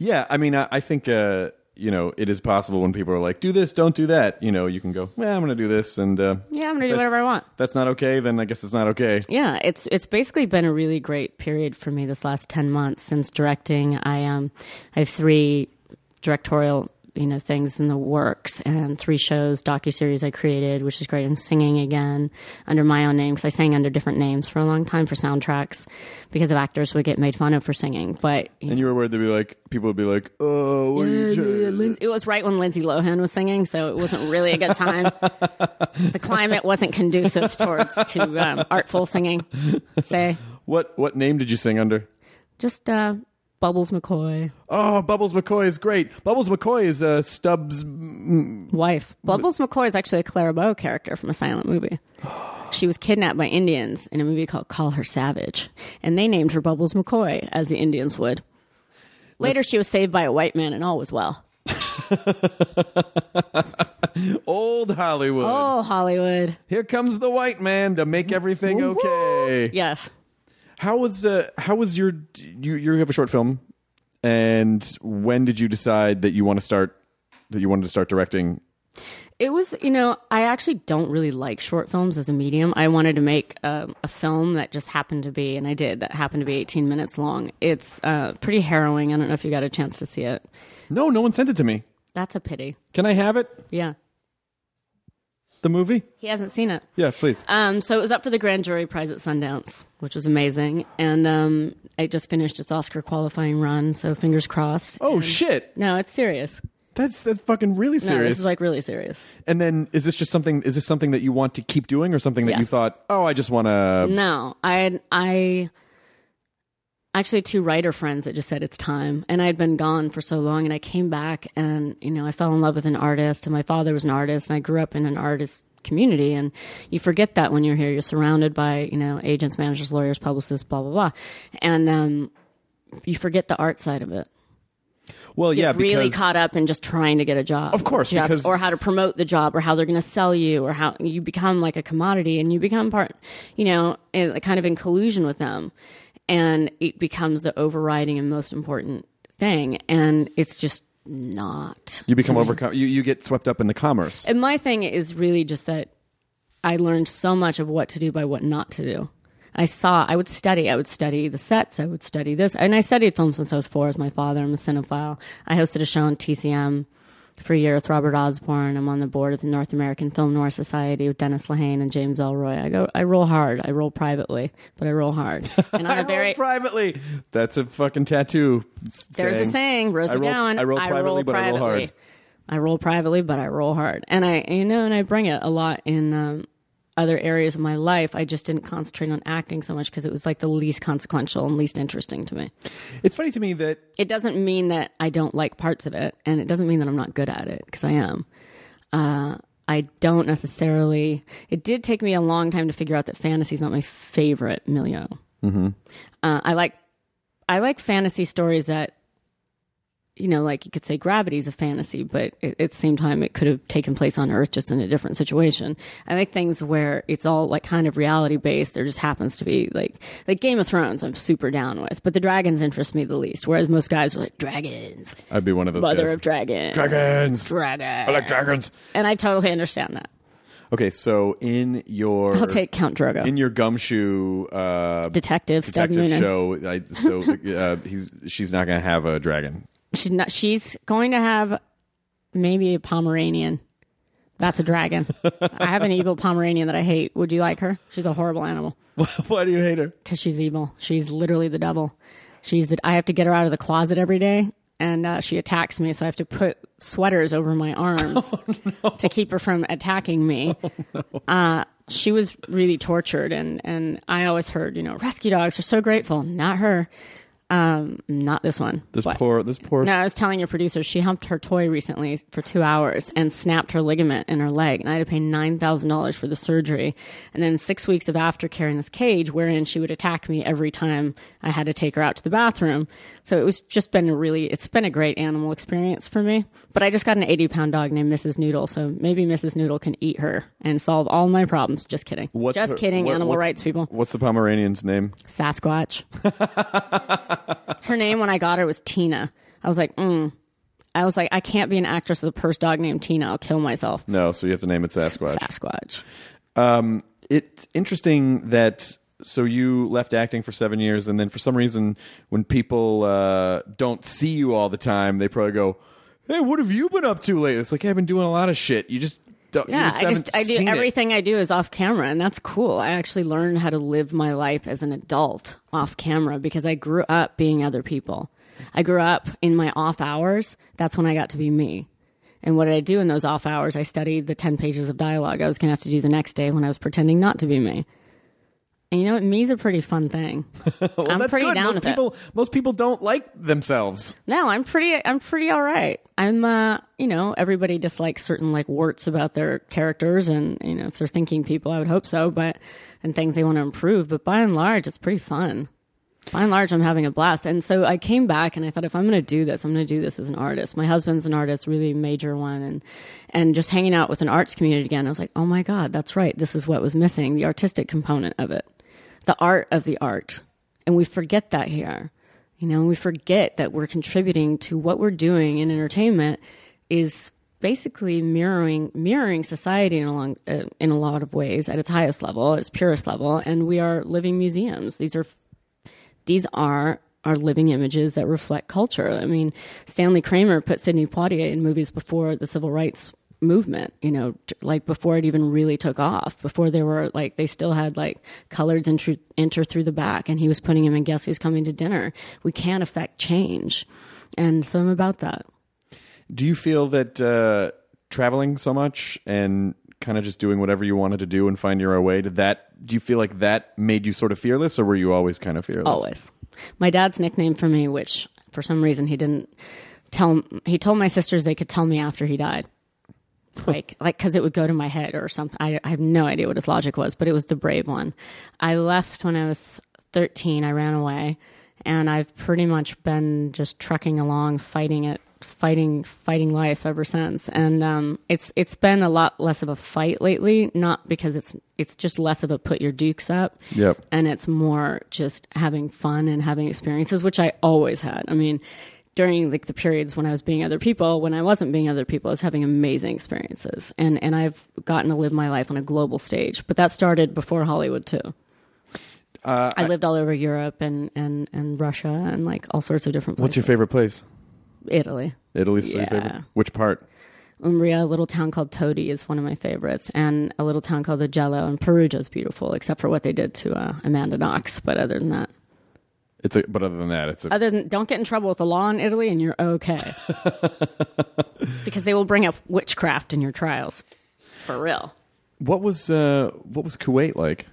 [SPEAKER 5] Yeah, I mean, I, I think uh, you know it is possible when people are like, "Do this, don't do that." You know, you can go, "Well, I'm going to do this," and uh,
[SPEAKER 6] Yeah, I'm gonna do
[SPEAKER 5] that's-
[SPEAKER 6] whatever I want.
[SPEAKER 5] That's not okay. Then I guess it's not okay.
[SPEAKER 6] Yeah, it's it's basically been a really great period for me this last ten months since directing. I um I have three directorial you know things in the works and three shows docu series I created, which is great. I'm singing again under my own name because I sang under different names for a long time for soundtracks because of actors would get made fun of for singing. But you
[SPEAKER 5] And you were worried they'd be like, people would be like, "Oh, what are you trying-"
[SPEAKER 6] it was right when Lindsay Lohan was singing, so it wasn't really a good time. the climate wasn't conducive towards to um, artful singing. Say.
[SPEAKER 5] what what name did you sing under?"
[SPEAKER 6] Just uh, Bubbles McCoy,
[SPEAKER 5] Oh, Bubbles McCoy is great. Bubbles McCoy is uh, Stubbs.
[SPEAKER 6] wife. Bubbles McCoy is actually a Clara Bow character from a silent movie. She was kidnapped by Indians in a movie called Call Her Savage, and they named her Bubbles McCoy, as the Indians would. Later, she was saved by a white man, and all was well.
[SPEAKER 5] Old Hollywood.
[SPEAKER 6] Oh, Hollywood.
[SPEAKER 5] Here comes the white man to make everything
[SPEAKER 6] Woo, woo.
[SPEAKER 5] okay.
[SPEAKER 6] Yes.
[SPEAKER 5] How was uh, how was your you you have a short film, and when did you decide that you want to start that you wanted to start directing?
[SPEAKER 6] It was, you know, I actually don't really like short films as a medium. I wanted to make a, a film that just happened to be, and I did, that happened to be 18 minutes long. It's uh, pretty harrowing. I don't know if you got a chance to see it.
[SPEAKER 5] No, no one sent it to me.
[SPEAKER 6] That's a pity.
[SPEAKER 5] Can I have it?
[SPEAKER 6] Yeah.
[SPEAKER 5] The movie?
[SPEAKER 6] He hasn't seen it.
[SPEAKER 5] Yeah, please.
[SPEAKER 6] Um, so it was up for the grand jury prize at Sundance, which was amazing. And um, it just finished its Oscar qualifying run, so fingers crossed.
[SPEAKER 5] oh shit,
[SPEAKER 6] No, it's serious.
[SPEAKER 5] that's that's fucking really serious.
[SPEAKER 6] No, this is like really serious.
[SPEAKER 5] and then is this just something? Is this something that you want to keep doing, or something that you
[SPEAKER 6] Yes.
[SPEAKER 5] thought? Oh, I just want to.
[SPEAKER 6] No, I had- I actually had two writer friends that just said it's time, and I had been gone for so long, and I came back, and you know I fell in love with an artist, and my father was an artist, and I grew up in an artist community, and you forget that when you're here, you're surrounded by you know agents, managers, lawyers, publicists, blah blah blah, and um, you forget the art side of it.
[SPEAKER 5] Well, yeah,
[SPEAKER 6] get really
[SPEAKER 5] because
[SPEAKER 6] caught up in just trying to get a job.
[SPEAKER 5] Of course,
[SPEAKER 6] Just-
[SPEAKER 5] because-
[SPEAKER 6] or how to promote the job, or how they're going to sell you, or how you become like a commodity, and you become part, you know, in, kind of in collusion with them, and it becomes the overriding and most important thing, and it's just not.
[SPEAKER 5] you become
[SPEAKER 6] to me.
[SPEAKER 5] overcome. You you get swept up in the commerce.
[SPEAKER 6] And my thing is really just that I learned so much of what to do by what not to do. I saw, I would study, I would study the sets, I would study this. And I studied film since I was four with my father. I'm a cinephile. I hosted a show on TCM for a year with Robert Osborne. I'm on the board of the North American Film Noir Society with Dennis Lehane and James Elroy. I go, I roll hard. I roll privately, but I
[SPEAKER 5] [LAUGHS]
[SPEAKER 6] roll hard. And on a
[SPEAKER 5] I roll
[SPEAKER 6] very,
[SPEAKER 5] privately. That's a fucking tattoo. s-
[SPEAKER 6] there's a saying, Rose
[SPEAKER 5] I roll-
[SPEAKER 6] McGowan.
[SPEAKER 5] I roll privately, but I roll
[SPEAKER 6] privately.
[SPEAKER 5] hard.
[SPEAKER 6] I roll privately, but I roll hard, and I, you know, and I bring it a lot in um, other areas of my life. I just didn't concentrate on acting so much because it was like the least consequential and least interesting to me.
[SPEAKER 5] It's funny to me that
[SPEAKER 6] It doesn't mean that I don't like parts of it, and it doesn't mean that I'm not good at it because I am. Uh, I don't necessarily. It did take me a long time to figure out that fantasy's not my favorite milieu. Mm-hmm. Uh, I like I like fantasy stories that, you know, like you could say gravity is a fantasy, but it, at the same time, it could have taken place on Earth just in a different situation. I like things where it's all like kind of reality based. There just happens to be like, like Game of Thrones, I'm super down with, but the dragons interest me the least. Whereas most guys are like, dragons,
[SPEAKER 5] I'd be one of those
[SPEAKER 6] mother
[SPEAKER 5] guys.
[SPEAKER 6] of dragons,
[SPEAKER 5] dragons.
[SPEAKER 6] dragons.
[SPEAKER 5] I like dragons.
[SPEAKER 6] And I totally understand that.
[SPEAKER 5] Okay, so in your
[SPEAKER 6] I'll take uh, Count Drogo.
[SPEAKER 5] in your gumshoe uh,
[SPEAKER 6] Detective, Stub
[SPEAKER 5] detective
[SPEAKER 6] Noonan.
[SPEAKER 5] show. I, so
[SPEAKER 6] [LAUGHS]
[SPEAKER 5] uh, he's she's not gonna have a dragon.
[SPEAKER 6] She's not, she's going to have maybe a Pomeranian. That's a dragon. I have an evil Pomeranian that I hate. Would you like her? She's a horrible animal
[SPEAKER 5] Why do you hate her?
[SPEAKER 6] because she's evil. She's literally the devil. She's the, I have to get her out of the closet every day, and uh, she attacks me. So I have to put sweaters over my arms to keep her from attacking me. uh, she was really tortured, and and I always heard, you know, rescue dogs are so grateful. Not her. Um, not this one.
[SPEAKER 5] This
[SPEAKER 6] What?
[SPEAKER 5] poor this poor.
[SPEAKER 6] No, I was telling your producer she humped her toy recently for two hours and snapped her ligament in her leg, and I had to pay nine thousand dollars for the surgery, and then six weeks of aftercare in this cage, wherein she would attack me every time I had to take her out to the bathroom. So it was just been a really, it's been a great animal experience for me. But I just got an eighty-pound dog named Mrs. Noodle, so maybe Mrs. Noodle can eat her and solve all my problems. Just kidding.
[SPEAKER 5] What's
[SPEAKER 6] just
[SPEAKER 5] her-
[SPEAKER 6] kidding.
[SPEAKER 5] what-
[SPEAKER 6] animal
[SPEAKER 5] what's-
[SPEAKER 6] rights people.
[SPEAKER 5] What's the Pomeranian's name?
[SPEAKER 6] Sasquatch. [LAUGHS] her name when I got her was Tina. I was like, mm. I was like, I can't be an actress with a purse dog named Tina. I'll kill myself.
[SPEAKER 5] No, so you have to name it Sasquatch.
[SPEAKER 6] Sasquatch.
[SPEAKER 5] Um, it's interesting that so you left acting for seven years, and then for some reason, when people uh, don't see you all the time, they probably go, "Hey, what have you been up to lately?" It's like hey, I've been doing a lot of shit. You just don't. you
[SPEAKER 6] Yeah,
[SPEAKER 5] just
[SPEAKER 6] I just
[SPEAKER 5] haven't
[SPEAKER 6] I do
[SPEAKER 5] seen it."
[SPEAKER 6] everything I do is off camera, and that's cool. I actually learned how to live my life as an adult off camera because I grew up being other people. I grew up in my off hours. That's when I got to be me. And what did I do in those off hours? I studied the ten pages of dialogue I was going to have to do the next day when I was pretending not to be me. And you know what? Me's a pretty fun thing.
[SPEAKER 5] [LAUGHS] Well,
[SPEAKER 6] I'm
[SPEAKER 5] that's
[SPEAKER 6] pretty
[SPEAKER 5] good.
[SPEAKER 6] down
[SPEAKER 5] most
[SPEAKER 6] with it.
[SPEAKER 5] people, Most people don't like themselves.
[SPEAKER 6] No, I'm pretty. I'm pretty all right. I'm, uh, you know, everybody dislikes certain like warts about their characters, and you know, if they're thinking people, I would hope so, but and things they want to improve. But by and large, it's pretty fun. by and large, I'm having a blast. And so I came back and I thought, if I'm going to do this, I'm going to do this as an artist. My husband's an artist, really major one, and and just hanging out with an arts community again. I was like, oh my god, that's right. This is what was missing: the artistic component of it, the art of the art, and we forget that here. You know, we forget that we're contributing to what we're doing in entertainment is basically mirroring mirroring society in a long, uh, in a lot of ways at its highest level, its purest level, and we are living museums. These are these are are living images that reflect culture. I mean, Stanley Kramer put Sidney Poitier in movies before the civil rights movement, you know, t- like before it even really took off, before they were like, they still had like coloreds enter, enter through the back and he was putting him in Guess Who's Coming to Dinner. We can affect change. And so I'm about that.
[SPEAKER 5] Do you feel that uh, traveling so much and kind of just doing whatever you wanted to do and find your own way did that? Do you feel like that made you sort of fearless, or were you always kind of fearless?
[SPEAKER 6] Always. My dad's nickname for me, which for some reason he didn't tell, he told my sisters they could tell me after he died. like, like, cause it would go to my head or something. I, I have no idea what his logic was, but it was the brave one. I left when I was 13. I ran away and I've pretty much been just trucking along, fighting it, fighting, fighting life ever since. And, um, it's, it's been a lot less of a fight lately, not because it's, it's just less of a put your dukes up
[SPEAKER 5] Yep.
[SPEAKER 6] and it's more just having fun and having experiences, which I always had. I mean, during like the periods when I was being other people, when I wasn't being other people, I was having amazing experiences, and and I've gotten to live my life on a global stage. But that started before Hollywood too.
[SPEAKER 5] Uh,
[SPEAKER 6] I, lived all over Europe and and and Russia and like all sorts of different. Places.
[SPEAKER 5] What's your favorite place?
[SPEAKER 6] Italy.
[SPEAKER 5] Italy's your
[SPEAKER 6] Yeah.
[SPEAKER 5] favorite. Which part?
[SPEAKER 6] Umbria, a little town called Todi, is one of my favorites, and a little town called Agello, and Perugia's beautiful, except for what they did to uh, Amanda Knox. But other than that,
[SPEAKER 5] It's a, but other than that, it's a
[SPEAKER 6] other than don't get in trouble with the law in Italy and you're okay. because they will bring up witchcraft in your trials. For real.
[SPEAKER 5] what was uh, what was Kuwait like?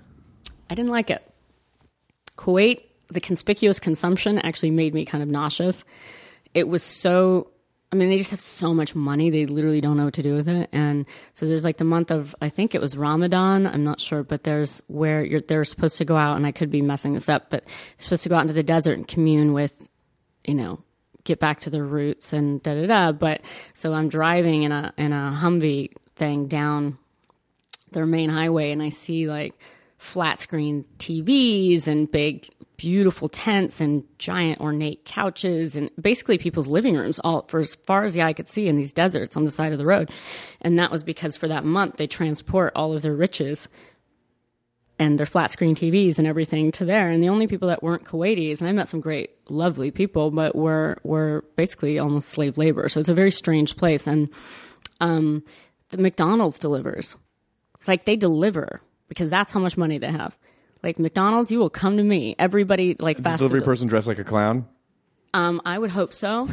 [SPEAKER 6] I didn't like it. Kuwait, the conspicuous consumption actually made me kind of nauseous. It was so I mean, they just have so much money, they literally don't know what to do with it. And so there's like the month of I think it was Ramadan, I'm not sure, but there's where you're they're supposed to go out and I could be messing this up, but they're supposed to go out into the desert and commune with you know, get back to their roots and da da da. But so I'm driving in a in a Humvee thing down their main highway, and I see like flat screen TVs and big beautiful tents and giant ornate couches and basically people's living rooms all for as far as the eye could see in these deserts on the side of the road and that was because for that month they transport all of their riches and their flat screen TVs and everything to there. And the only people that weren't Kuwaitis, and I met some great, lovely people, but were were basically almost slave labor. So it's a very strange place. And um, the McDonald's delivers, like they deliver because that's how much money they have. Like McDonald's, you will come to me. Everybody like
[SPEAKER 5] Does
[SPEAKER 6] fast
[SPEAKER 5] delivery
[SPEAKER 6] food-
[SPEAKER 5] person dressed like a clown?
[SPEAKER 6] um, I would
[SPEAKER 5] [LAUGHS]
[SPEAKER 6] hope so,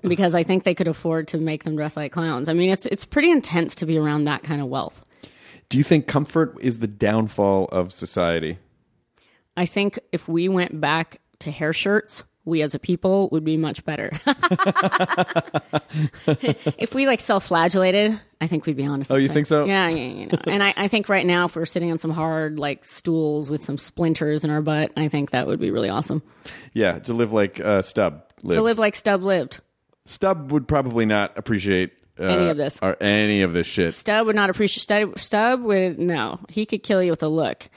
[SPEAKER 6] because I think they could afford to make them dress like clowns. I mean, it's it's pretty intense to be around that kind of wealth.
[SPEAKER 5] Do you think comfort is the downfall of society?
[SPEAKER 6] I think if we went back to hair shirts, we as a people would be much better. [LAUGHS] if we like self-flagellated, I think we'd be honest.
[SPEAKER 5] Oh, you think so?
[SPEAKER 6] Yeah, yeah, you know. and I, I think right now, if we were sitting on some hard like stools with some splinters in our butt, I think that would be really awesome
[SPEAKER 5] Yeah, to live like uh, Stub. Lived.
[SPEAKER 6] to live like Stub lived.
[SPEAKER 5] Stub would probably not appreciate uh,
[SPEAKER 6] Any of this.
[SPEAKER 5] or any of this shit.
[SPEAKER 6] Stub would not appreciate Stub. Stub would no. He could kill you with a look,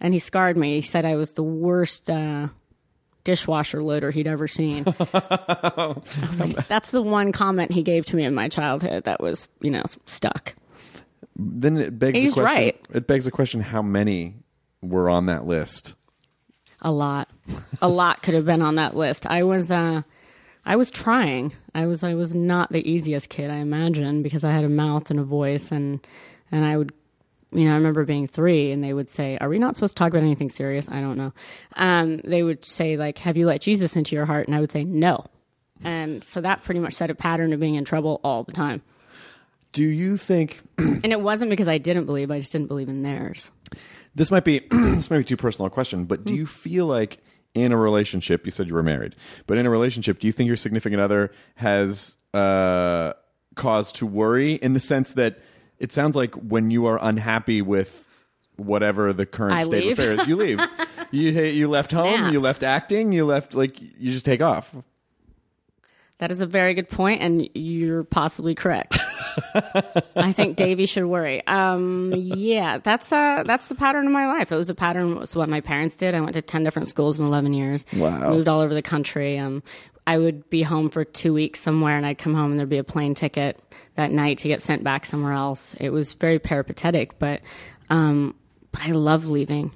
[SPEAKER 6] and he scarred me. He said I was the worst uh, dishwasher loader he'd ever seen. I was like, that's the one comment he gave to me in my childhood that was you know stuck.
[SPEAKER 5] Then it begs
[SPEAKER 6] He's
[SPEAKER 5] the question.
[SPEAKER 6] right.
[SPEAKER 5] It begs the question: How many were on that list?
[SPEAKER 6] A lot, a lot could have been on that list. I was, uh, I was trying. I was, I was not the easiest kid, I imagine, because I had a mouth and a voice, and and I would, you know, I remember being three, and they would say, "Are we not supposed to talk about anything serious?" I don't know. Um, they would say like, "Have you let Jesus into your heart?" And I would say, "No," and so that pretty much set a pattern of being in trouble all the time.
[SPEAKER 5] Do you think
[SPEAKER 6] And it wasn't because I didn't believe; I just didn't believe in theirs.
[SPEAKER 5] this might be [CLEARS THROAT] this might be too personal a question? But
[SPEAKER 6] Hmm.
[SPEAKER 5] do you feel like in a relationship, you said you were married, but in a relationship, do you think your significant other has uh, cause to worry in the sense that it sounds like when you are unhappy with whatever the current
[SPEAKER 6] I
[SPEAKER 5] state
[SPEAKER 6] leave. [LAUGHS]
[SPEAKER 5] of affairs, you leave. you you left home,
[SPEAKER 6] Snaps.
[SPEAKER 5] you left acting, you left like you just take off.
[SPEAKER 6] That is a very good point, and you're possibly correct. I think Davy should worry. Um, yeah, that's uh, that's the pattern of my life. It was a pattern. It's what my parents did. I went to ten different schools in eleven years.
[SPEAKER 5] Wow.
[SPEAKER 6] Moved all over the country. Um, I would be home for two weeks somewhere, and I'd come home and there'd be a plane ticket that night to get sent back somewhere else. It was very peripatetic, but um, but I love leaving,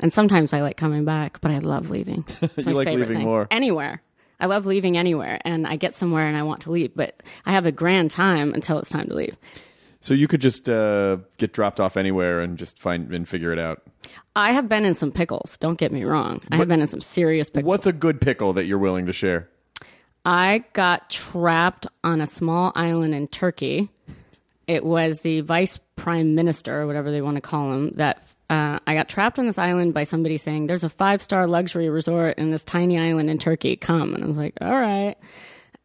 [SPEAKER 6] and sometimes I like coming back, but I love leaving.
[SPEAKER 5] [LAUGHS]
[SPEAKER 6] It's
[SPEAKER 5] You
[SPEAKER 6] my
[SPEAKER 5] like
[SPEAKER 6] favorite
[SPEAKER 5] leaving
[SPEAKER 6] thing.
[SPEAKER 5] more.
[SPEAKER 6] Anywhere. I love leaving anywhere, and I get somewhere and I want to leave, but I have a grand time until it's time to leave.
[SPEAKER 5] So you could just uh, get dropped off anywhere and just find and figure it out.
[SPEAKER 6] I have been in some pickles. Don't get me wrong. I have been in some serious pickles.
[SPEAKER 5] What's a good pickle that you're willing to share?
[SPEAKER 6] I got trapped on a small island in Turkey. It was the vice prime minister, or whatever they want to call him, that uh, I got trapped on this island by somebody saying, There's a five star luxury resort in this tiny island in Turkey. Come. And I was like, All right.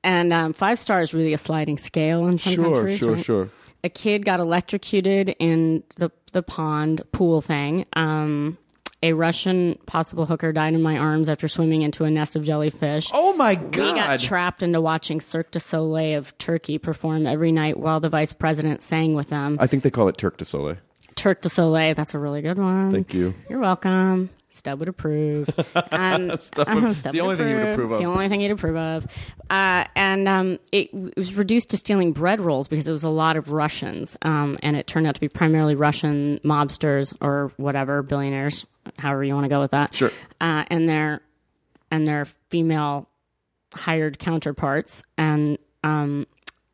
[SPEAKER 6] And um, five star is really a sliding scale in some
[SPEAKER 5] Sure,
[SPEAKER 6] countries.
[SPEAKER 5] sure,
[SPEAKER 6] right?
[SPEAKER 5] sure.
[SPEAKER 6] a kid got electrocuted in the the pond pool thing. Um, a Russian possible hooker died in my arms after swimming into a nest of jellyfish.
[SPEAKER 5] Oh my
[SPEAKER 6] We got
[SPEAKER 5] god!
[SPEAKER 6] trapped into watching Cirque du Soleil of Turkey perform every night while the vice president sang with them.
[SPEAKER 5] I think they call it Turk de Soleil.
[SPEAKER 6] Turk du Soleil, that's a really good one.
[SPEAKER 5] Thank you.
[SPEAKER 6] You're welcome. Stub
[SPEAKER 5] [LAUGHS]
[SPEAKER 6] would approve. Um,
[SPEAKER 5] Stub-
[SPEAKER 6] [LAUGHS] um,
[SPEAKER 5] it's the only thing you would approve
[SPEAKER 6] It's the
[SPEAKER 5] of.
[SPEAKER 6] only thing you'd approve of. Uh, and um, it, w- it was reduced to stealing bread rolls because it was a lot of Russians. Um, and it turned out to be primarily Russian mobsters or whatever, billionaires, however you want to go with that.
[SPEAKER 5] Sure.
[SPEAKER 6] Uh, and their and their female hired counterparts. And um,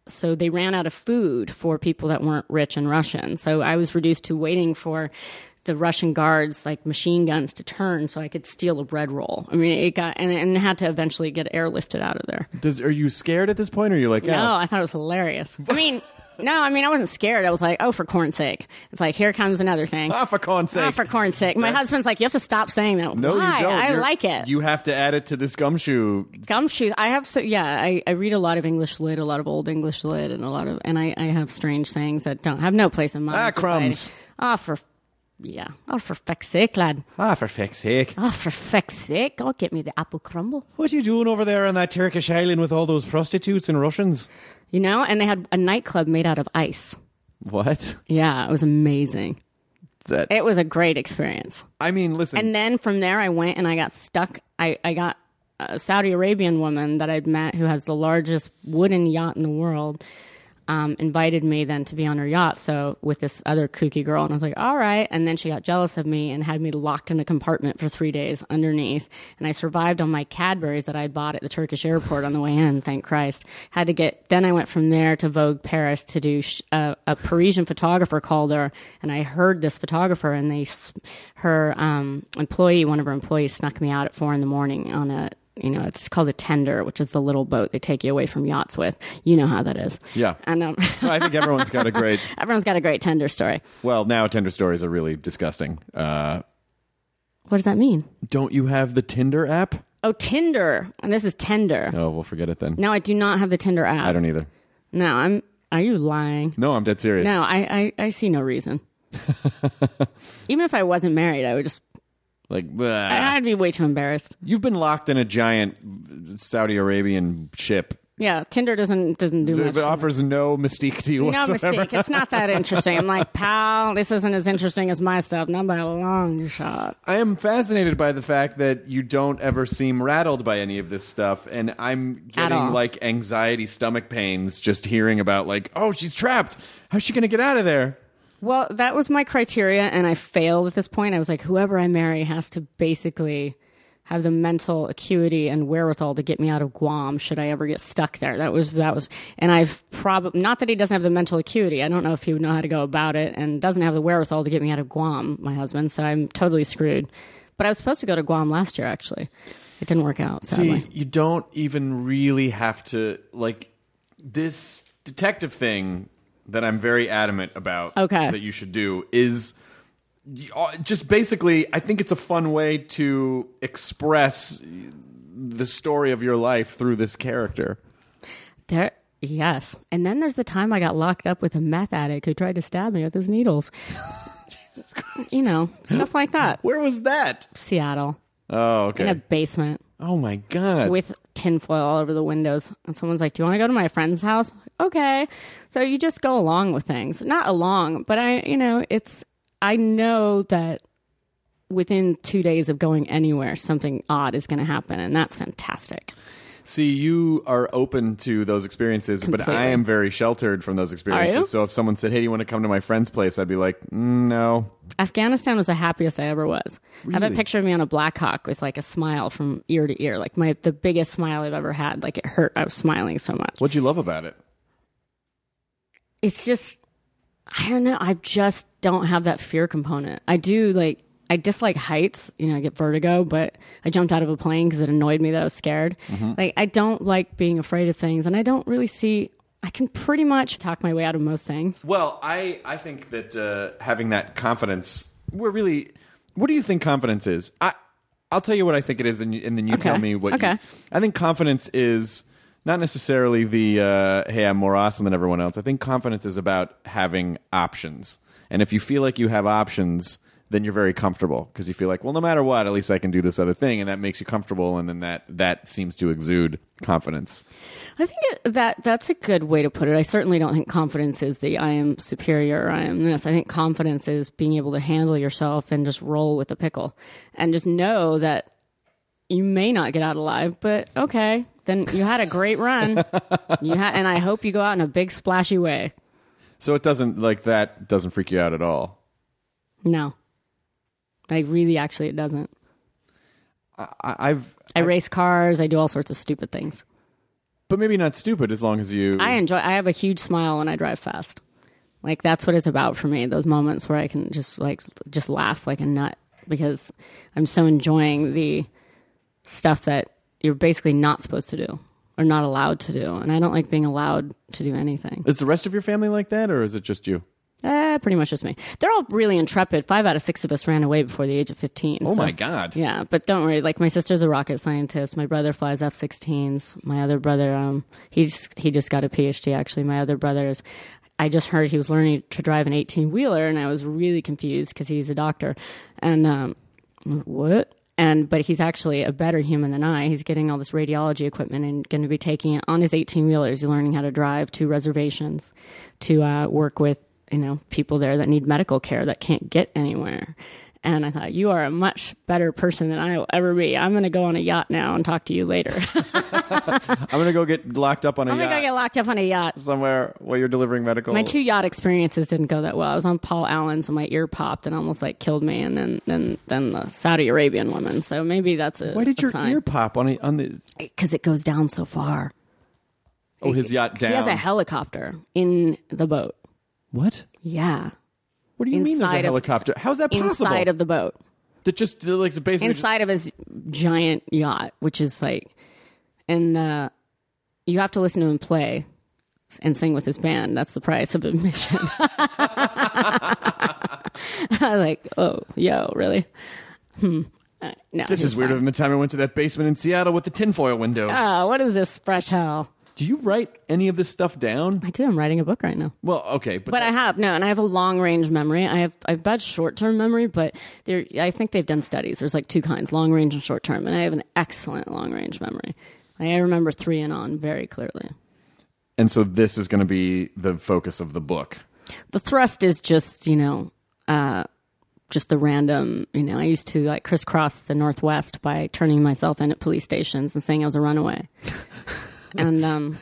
[SPEAKER 6] so they ran out of food for people that weren't rich and Russian. So I was reduced to waiting for the Russian guards, like machine guns, to turn so I could steal a bread roll. I mean, it got and, and it had to eventually get airlifted out of there.
[SPEAKER 5] Does are you scared at this point, or you're like, "Ah,
[SPEAKER 6] No,
[SPEAKER 5] yeah,
[SPEAKER 6] I thought it was hilarious. I mean, no, I mean I wasn't scared. I was like, oh, for corn's sake! It's like here comes another thing.
[SPEAKER 5] ah, for corn's sake.
[SPEAKER 6] Ah, for corn's sake! My husband's like, you have to stop saying that.
[SPEAKER 5] no,
[SPEAKER 6] Why?
[SPEAKER 5] you don't.
[SPEAKER 6] I
[SPEAKER 5] You're-
[SPEAKER 6] like it.
[SPEAKER 5] You have to add it to this gumshoe.
[SPEAKER 6] gumshoes. I have so yeah. I, I read a lot of English lit, a lot of old English lit, and a lot of and I, I have strange sayings that don't have no place in my
[SPEAKER 5] Ah, crumbs.
[SPEAKER 6] Ah, for yeah. Oh, for feck's sake, lad.
[SPEAKER 5] Ah, for feck's sake!
[SPEAKER 6] Oh, for feck's sake. Oh, get me the apple crumble.
[SPEAKER 5] What are you doing over there on that Turkish island with all those prostitutes and Russians?
[SPEAKER 6] You know. And they had a nightclub made out of ice.
[SPEAKER 5] What?
[SPEAKER 6] Yeah, it was amazing.
[SPEAKER 5] That
[SPEAKER 6] It was a great experience.
[SPEAKER 5] I mean, listen.
[SPEAKER 6] Eh, And then from there, I went and I got stuck. I, I got a Saudi Arabian woman that I'd met who has the largest wooden yacht in the world. Um, invited me then to be on her yacht, so with this other kooky girl, and I was like, "All right." And then she got jealous of me and had me locked in a compartment for three days underneath. And I survived on my Cadburys that I bought at the Turkish airport on the way in. Thank Christ. Had to get. Then I went from there to Vogue Paris to do sh- a, a Parisian photographer called her, and I heard this photographer, and they, s- her um, employee, one of her employees, snuck me out at four in the morning on a, you know, it's called a tender, which is the little boat they take you away from yachts with. You know how that is.
[SPEAKER 5] Yeah.
[SPEAKER 6] And um,
[SPEAKER 5] I think everyone's got a great.
[SPEAKER 6] [LAUGHS] everyone's got a great tender story.
[SPEAKER 5] Well, now Tinder stories are really disgusting. Uh,
[SPEAKER 6] What does that mean?
[SPEAKER 5] don't you have the Tinder app?
[SPEAKER 6] Oh, Tinder, and this is tender.
[SPEAKER 5] Oh, we'll forget it then.
[SPEAKER 6] No, I do not have the Tinder app.
[SPEAKER 5] I don't either.
[SPEAKER 6] No, I'm. Are you lying?
[SPEAKER 5] No, I'm dead serious.
[SPEAKER 6] No, I, I, I see no
[SPEAKER 5] [LAUGHS]
[SPEAKER 6] reason. Even if I wasn't married, I would just.
[SPEAKER 5] Like, bleh.
[SPEAKER 6] I- I'd be way too embarrassed.
[SPEAKER 5] you've been locked in a giant Saudi Arabian ship
[SPEAKER 6] Yeah, Tinder doesn't doesn't do much.
[SPEAKER 5] that
[SPEAKER 6] for me.
[SPEAKER 5] offers no mystique to you
[SPEAKER 6] No
[SPEAKER 5] whatsoever.
[SPEAKER 6] mistake. It's not that interesting. I'm like, pal, this isn't as interesting as my stuff. Not by a long shot.
[SPEAKER 5] I am fascinated by the fact that you don't ever seem rattled by any of this stuff, and I'm
[SPEAKER 6] all.
[SPEAKER 5] getting like anxiety, stomach pains just hearing about like, oh, she's trapped. How's she gonna get out of there?
[SPEAKER 6] Well, that was my criteria, and I failed at this point. I was like, whoever I marry has to basically have the mental acuity and wherewithal to get me out of Guam should I ever get stuck there. That was that was, and I've probably not that he doesn't have the mental acuity. I don't know if he would know how to go about it, and doesn't have the wherewithal to get me out of Guam, my husband. So I'm totally screwed. But I was supposed to go to Guam last year, actually. It didn't work out. Sadly.
[SPEAKER 5] See, you don't even really have to like this detective thing that I'm very adamant about.
[SPEAKER 6] Okay.
[SPEAKER 5] that you should do is y- uh, just basically. I think it's a fun way to express the story of your life through this character.
[SPEAKER 6] There, yes. And then there's the time I got locked up with a meth addict who tried to stab me with his needles. you know, stuff like that.
[SPEAKER 5] Where was that?
[SPEAKER 6] Seattle
[SPEAKER 5] Oh,
[SPEAKER 6] in a
[SPEAKER 5] okay.
[SPEAKER 6] basement
[SPEAKER 5] Oh my god.
[SPEAKER 6] with tinfoil all over the windows. And someone's like, Do you want to go to my friend's house? Okay. So you just go along with things. Not along, but I, you know, it's, I know that within two days of going anywhere, something odd is going to happen. And that's fantastic.
[SPEAKER 5] See, you are open to those experiences, but I
[SPEAKER 6] Completely.
[SPEAKER 5] am very sheltered from those experiences.
[SPEAKER 6] Are you?
[SPEAKER 5] So if someone said, "Hey, do you want to come to my friend's place?" I'd be like, "Mm, "No."
[SPEAKER 6] Afghanistan was the happiest I ever was. I have a
[SPEAKER 5] Really?
[SPEAKER 6] picture of me on a Black Hawk with like a smile from ear to ear, like my the biggest smile I've ever had. Like it hurt. I was smiling so much.
[SPEAKER 5] What'd you love about it?
[SPEAKER 6] it's just I don't know. I just don't have that fear component. I do like I dislike heights. You know, I get vertigo, but I jumped out of a plane because it annoyed me that I was scared. Like I don't like being afraid of things, and I don't really see. I can pretty much talk my way out of most things.
[SPEAKER 5] Well, I I think that uh, having that confidence, we're really. What do you think confidence is? I I'll tell you what I think it is, and, you- and then you
[SPEAKER 6] Okay.
[SPEAKER 5] tell me what. you-
[SPEAKER 6] Okay.
[SPEAKER 5] I think confidence is not necessarily the uh, hey I'm more awesome than everyone else. I think confidence is about having options, and if you feel like you have options. Then you're very comfortable because you feel like, well, no matter what, at least I can do this other thing, and that makes you comfortable, and then that that seems to exude confidence.
[SPEAKER 6] I think it, that that's a good way to put it. I certainly don't think confidence is the I am superior or I am this. I think confidence is being able to handle yourself and just roll with a pickle and just know that you may not get out alive, but okay, then you had a great run. you ha- and I hope you go out in a big splashy way.
[SPEAKER 5] So it doesn't like that doesn't freak you out at all.
[SPEAKER 6] No. Like really actually it doesn't.
[SPEAKER 5] I, I've
[SPEAKER 6] I race cars, I do all sorts of stupid things.
[SPEAKER 5] But maybe not stupid as long as you.
[SPEAKER 6] I enjoy. I have a huge smile when I drive fast. Like that's what it's about for me. Those moments where I can just like just laugh like a nut because I'm so enjoying the stuff that you're basically not supposed to do or not allowed to do, and I don't like being allowed to do anything.
[SPEAKER 5] is the rest of your family like that, or is it just you?
[SPEAKER 6] Eh, pretty much just me. They're all really intrepid. Five out of six of us ran away before the age of fifteen.
[SPEAKER 5] Oh
[SPEAKER 6] so-
[SPEAKER 5] my god!
[SPEAKER 6] Yeah, but don't worry. Like my sister's a rocket scientist. My brother flies F-16s. My other brother, um, he's he just got a PhD. Actually, my other brother's. I just heard he was learning to drive an 18 wheeler, and I was really confused because he's a doctor, and um, what? And but he's actually a better human than I. He's getting all this radiology equipment and going to be taking it on his 18 wheelers. He's learning how to drive to reservations, to uh, work with you know people there that need medical care that can't get anywhere. And I thought, you are a much better person than I will ever be. I'm going to go on a yacht now and talk to you later. [LAUGHS]
[SPEAKER 5] I'm gonna go get locked up on a
[SPEAKER 6] I'm going to
[SPEAKER 5] yacht
[SPEAKER 6] go get locked up on a yacht.
[SPEAKER 5] somewhere while you're delivering medical.
[SPEAKER 6] My two yacht experiences didn't go that well. I was on Paul Allen's and my ear popped and almost like killed me, and then then then the Saudi Arabian woman. So maybe that's a
[SPEAKER 5] Why did
[SPEAKER 6] a
[SPEAKER 5] your
[SPEAKER 6] sign.
[SPEAKER 5] ear pop on a, on the?
[SPEAKER 6] because it goes down so far.
[SPEAKER 5] Oh, his yacht down.
[SPEAKER 6] He has a helicopter in the boat.
[SPEAKER 5] what?
[SPEAKER 6] Yeah,
[SPEAKER 5] What do you mean? There's a
[SPEAKER 6] Inside of-
[SPEAKER 5] helicopter? How's that possible?
[SPEAKER 6] inside of the boat,
[SPEAKER 5] that just like it's basically just-
[SPEAKER 6] inside of his giant yacht, which is like, and uh, you have to listen to him play and sing with his band. That's the price of admission. [LAUGHS] I like, oh, yo, really? Hmm. Uh, no,
[SPEAKER 5] this is weirder than the time I went to that basement in Seattle with the tinfoil windows.
[SPEAKER 6] Oh, what is this fresh hell?
[SPEAKER 5] do you write any of this stuff down?
[SPEAKER 6] I do. I'm writing a book right now.
[SPEAKER 5] Well, okay, but,
[SPEAKER 6] But I have no, and I have a long range memory. I have I've bad short term memory, but there I think they've done studies. There's like two kinds, long range and short term, and I have an excellent long range memory. I remember three and on very clearly.
[SPEAKER 5] and so this is going to be the focus of the book.
[SPEAKER 6] The thrust is just you know, uh, just the random. You know, I used to like crisscross the Northwest by turning myself in at police stations and saying I was a runaway, and um.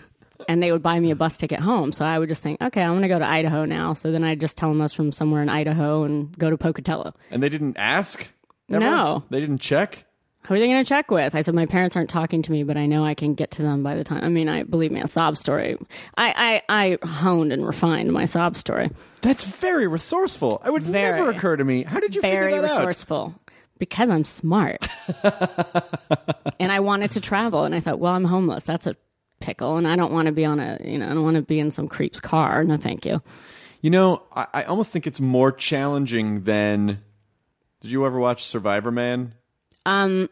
[SPEAKER 6] And they would buy me a bus ticket home. So I would just think, okay, I'm going to go to Idaho now. So then I'd just tell them I was from somewhere in Idaho and go to Pocatello.
[SPEAKER 5] And they didn't ask. Ever?
[SPEAKER 6] No.
[SPEAKER 5] they didn't check.
[SPEAKER 6] who are they going to check with? I said, my parents aren't talking to me, but I know I can get to them by the time. I mean, I believe me, a sob story. I, I, I honed and refined my sob story.
[SPEAKER 5] That's very resourceful. It would
[SPEAKER 6] Very.
[SPEAKER 5] never occur to me. How did you
[SPEAKER 6] Very
[SPEAKER 5] figure that
[SPEAKER 6] resourceful because
[SPEAKER 5] [LAUGHS]
[SPEAKER 6] I'm smart. and I wanted to travel. And I thought, well, I'm homeless. That's a pickle. And I don't want to be on a, you know, I don't want to be in some creep's car. No, thank you.
[SPEAKER 5] out? You know, I, I almost think it's more challenging than. Did you ever watch Survivor Man?
[SPEAKER 6] Um,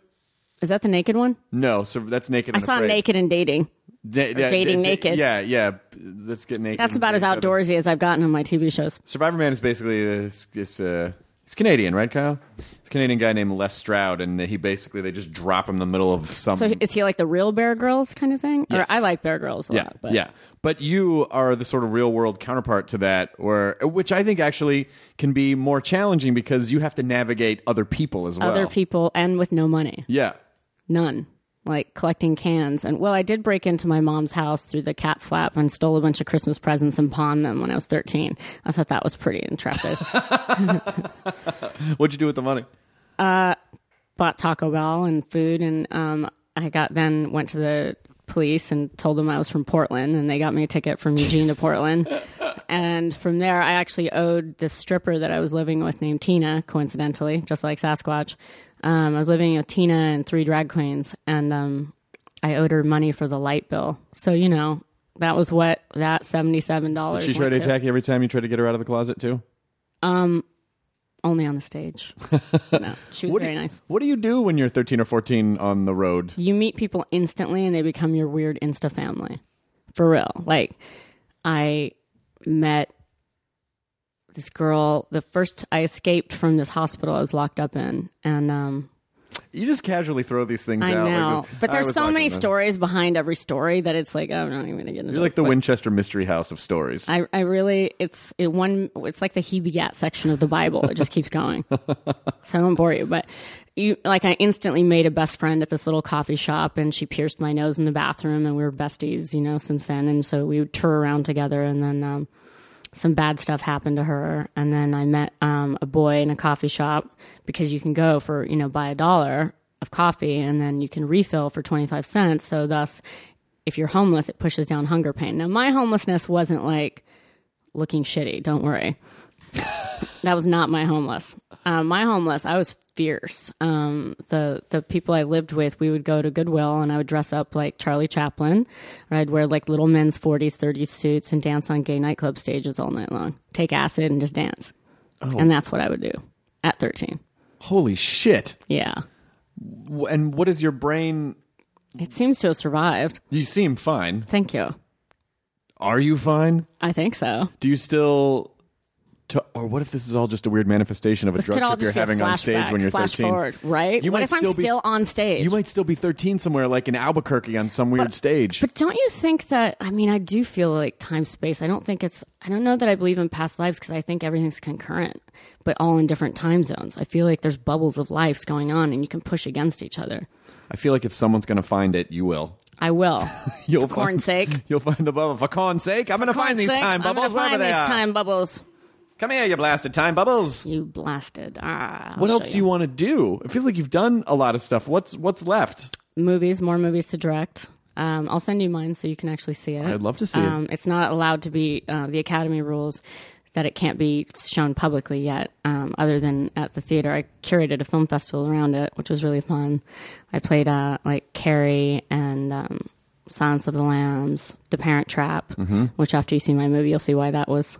[SPEAKER 6] Is that the naked one?
[SPEAKER 5] No, so that's naked.
[SPEAKER 6] I
[SPEAKER 5] and
[SPEAKER 6] saw
[SPEAKER 5] Afraid.
[SPEAKER 6] naked and dating.
[SPEAKER 5] Da- da-
[SPEAKER 6] Dating
[SPEAKER 5] da- da-
[SPEAKER 6] Naked.
[SPEAKER 5] Yeah, yeah. Let's get naked.
[SPEAKER 6] That's
[SPEAKER 5] and
[SPEAKER 6] about as
[SPEAKER 5] date each other.
[SPEAKER 6] outdoorsy as I've gotten on my TV shows.
[SPEAKER 5] Survivor Man is basically this, this uh, He's Canadian, right, Kyle? It's a Canadian guy named Les Stroud, and he basically they just drop him in the middle of some.
[SPEAKER 6] So is he like the real Bear Girls kind of thing?
[SPEAKER 5] Mm-hmm. Yes.
[SPEAKER 6] Or I like Bear Girls a
[SPEAKER 5] yeah,
[SPEAKER 6] lot. But
[SPEAKER 5] yeah. But you are the sort of real world counterpart to that, or which I think actually can be more challenging because you have to navigate other people as well.
[SPEAKER 6] Other people and with no money.
[SPEAKER 5] Yeah.
[SPEAKER 6] None. Like collecting cans. And well, I did break into my mom's house through the cat flap and stole a bunch of Christmas presents and pawned them when I was 13. I thought that was pretty intrepid.
[SPEAKER 5] What'd you do with the money?
[SPEAKER 6] Bought Taco Bell and food. And um, I got then went to the police and told them I was from Portland. And they got me a ticket from Eugene to Portland. And from there, I actually owed this stripper that I was living with named Tina, coincidentally, just like Sasquatch. Um, I was living with Tina and three drag queens. And um, I owed her money for the light bill. So, you know, that was what that $77
[SPEAKER 5] Did she try
[SPEAKER 6] went
[SPEAKER 5] to
[SPEAKER 6] to. Um,
[SPEAKER 5] attack you every time you tried to get her out of the closet too?
[SPEAKER 6] only on
[SPEAKER 5] [LAUGHS]
[SPEAKER 6] the stage. no, she was
[SPEAKER 5] What
[SPEAKER 6] very
[SPEAKER 5] do you,
[SPEAKER 6] nice.
[SPEAKER 5] What do you do when you're 13 or 14 on the road?
[SPEAKER 6] you meet people instantly and they become your weird insta family for real like i met this girl the first i escaped from this hospital i was locked up in and um
[SPEAKER 5] You just casually throw these things
[SPEAKER 6] i
[SPEAKER 5] out. like
[SPEAKER 6] know
[SPEAKER 5] this.
[SPEAKER 6] but
[SPEAKER 5] I
[SPEAKER 6] there's
[SPEAKER 5] was
[SPEAKER 6] so
[SPEAKER 5] locked
[SPEAKER 6] many
[SPEAKER 5] in there.
[SPEAKER 6] stories behind every story that it's like i'm not even gonna get into
[SPEAKER 5] You're like
[SPEAKER 6] it,
[SPEAKER 5] the
[SPEAKER 6] but
[SPEAKER 5] Winchester Mystery House of stories.
[SPEAKER 6] I, I really it's it one it's like the he begat section of the bible it just
[SPEAKER 5] [LAUGHS]
[SPEAKER 6] keeps going so I won't bore you, but you like I instantly made a best friend at this little coffee shop, and she pierced my nose in the bathroom, and we were besties, you know, since then. And so we would tour around together, and then um, some bad stuff happened to her, and then I met um, a boy in a coffee shop because you can go for you know buy a dollar of coffee, and then you can refill for twenty five cents. So thus, if you're homeless, it pushes down hunger pain. Now my homelessness wasn't like looking shitty. Don't worry. That was not my homeless. Um, my homeless, I was fierce. Um, the the people I lived with, we would go to Goodwill, and I would dress up like Charlie Chaplin, or I'd wear like little men's forties, thirties suits, and dance on gay nightclub stages all night long. Take acid and just dance,
[SPEAKER 5] Oh.
[SPEAKER 6] and that's what I would do at thirteen.
[SPEAKER 5] Holy shit.
[SPEAKER 6] Yeah,
[SPEAKER 5] W- And what is your brain?
[SPEAKER 6] it seems to have survived.
[SPEAKER 5] You seem fine.
[SPEAKER 6] Thank you.
[SPEAKER 5] Are you fine?
[SPEAKER 6] I think so.
[SPEAKER 5] Do you still. To, or what if this is all just a weird manifestation of a
[SPEAKER 6] This
[SPEAKER 5] drug
[SPEAKER 6] could all
[SPEAKER 5] trip you're
[SPEAKER 6] just be a
[SPEAKER 5] having on stage
[SPEAKER 6] flashback,
[SPEAKER 5] when you're
[SPEAKER 6] flash
[SPEAKER 5] 13?
[SPEAKER 6] forward, right?
[SPEAKER 5] You
[SPEAKER 6] what
[SPEAKER 5] might
[SPEAKER 6] if I'm
[SPEAKER 5] still be-
[SPEAKER 6] still on stage?
[SPEAKER 5] You might still be 13 somewhere, like in Albuquerque on some weird stage.
[SPEAKER 6] But don't you think that? I mean, I do feel like time space. I don't think it's. I don't know that I believe in past lives because I think everything's concurrent, but all in different time zones. I feel like there's bubbles of lives going on, and you can push against each other.
[SPEAKER 5] I feel like if someone's going to find it, you will. [LAUGHS]
[SPEAKER 6] I will.
[SPEAKER 5] You'll
[SPEAKER 6] For corn's
[SPEAKER 5] find-
[SPEAKER 6] sake.
[SPEAKER 5] [LAUGHS] You'll find the bubble. For corn's sake, I'm going to find these
[SPEAKER 6] Six,
[SPEAKER 5] time
[SPEAKER 6] I'm gonna
[SPEAKER 5] bubbles wherever
[SPEAKER 6] find
[SPEAKER 5] they
[SPEAKER 6] these
[SPEAKER 5] are.
[SPEAKER 6] time bubbles.
[SPEAKER 5] Come here, you blasted time bubbles.
[SPEAKER 6] You blasted. Ah, I'll
[SPEAKER 5] what
[SPEAKER 6] show
[SPEAKER 5] else do you want to do? It feels like you've done a lot of stuff. What's what's left?
[SPEAKER 6] Movies, more movies to direct. Um, I'll send you mine so you can actually see it.
[SPEAKER 5] I'd love to see it.
[SPEAKER 6] um, It's not allowed to be uh, the Academy rules that it can't be shown publicly yet, um, other than at the theater. I curated a film festival around it, which was really fun. I played uh, like Carrie and um, Silence of the Lambs, The Parent Trap,
[SPEAKER 5] Mm-hmm.
[SPEAKER 6] which after you see my movie, you'll see why that was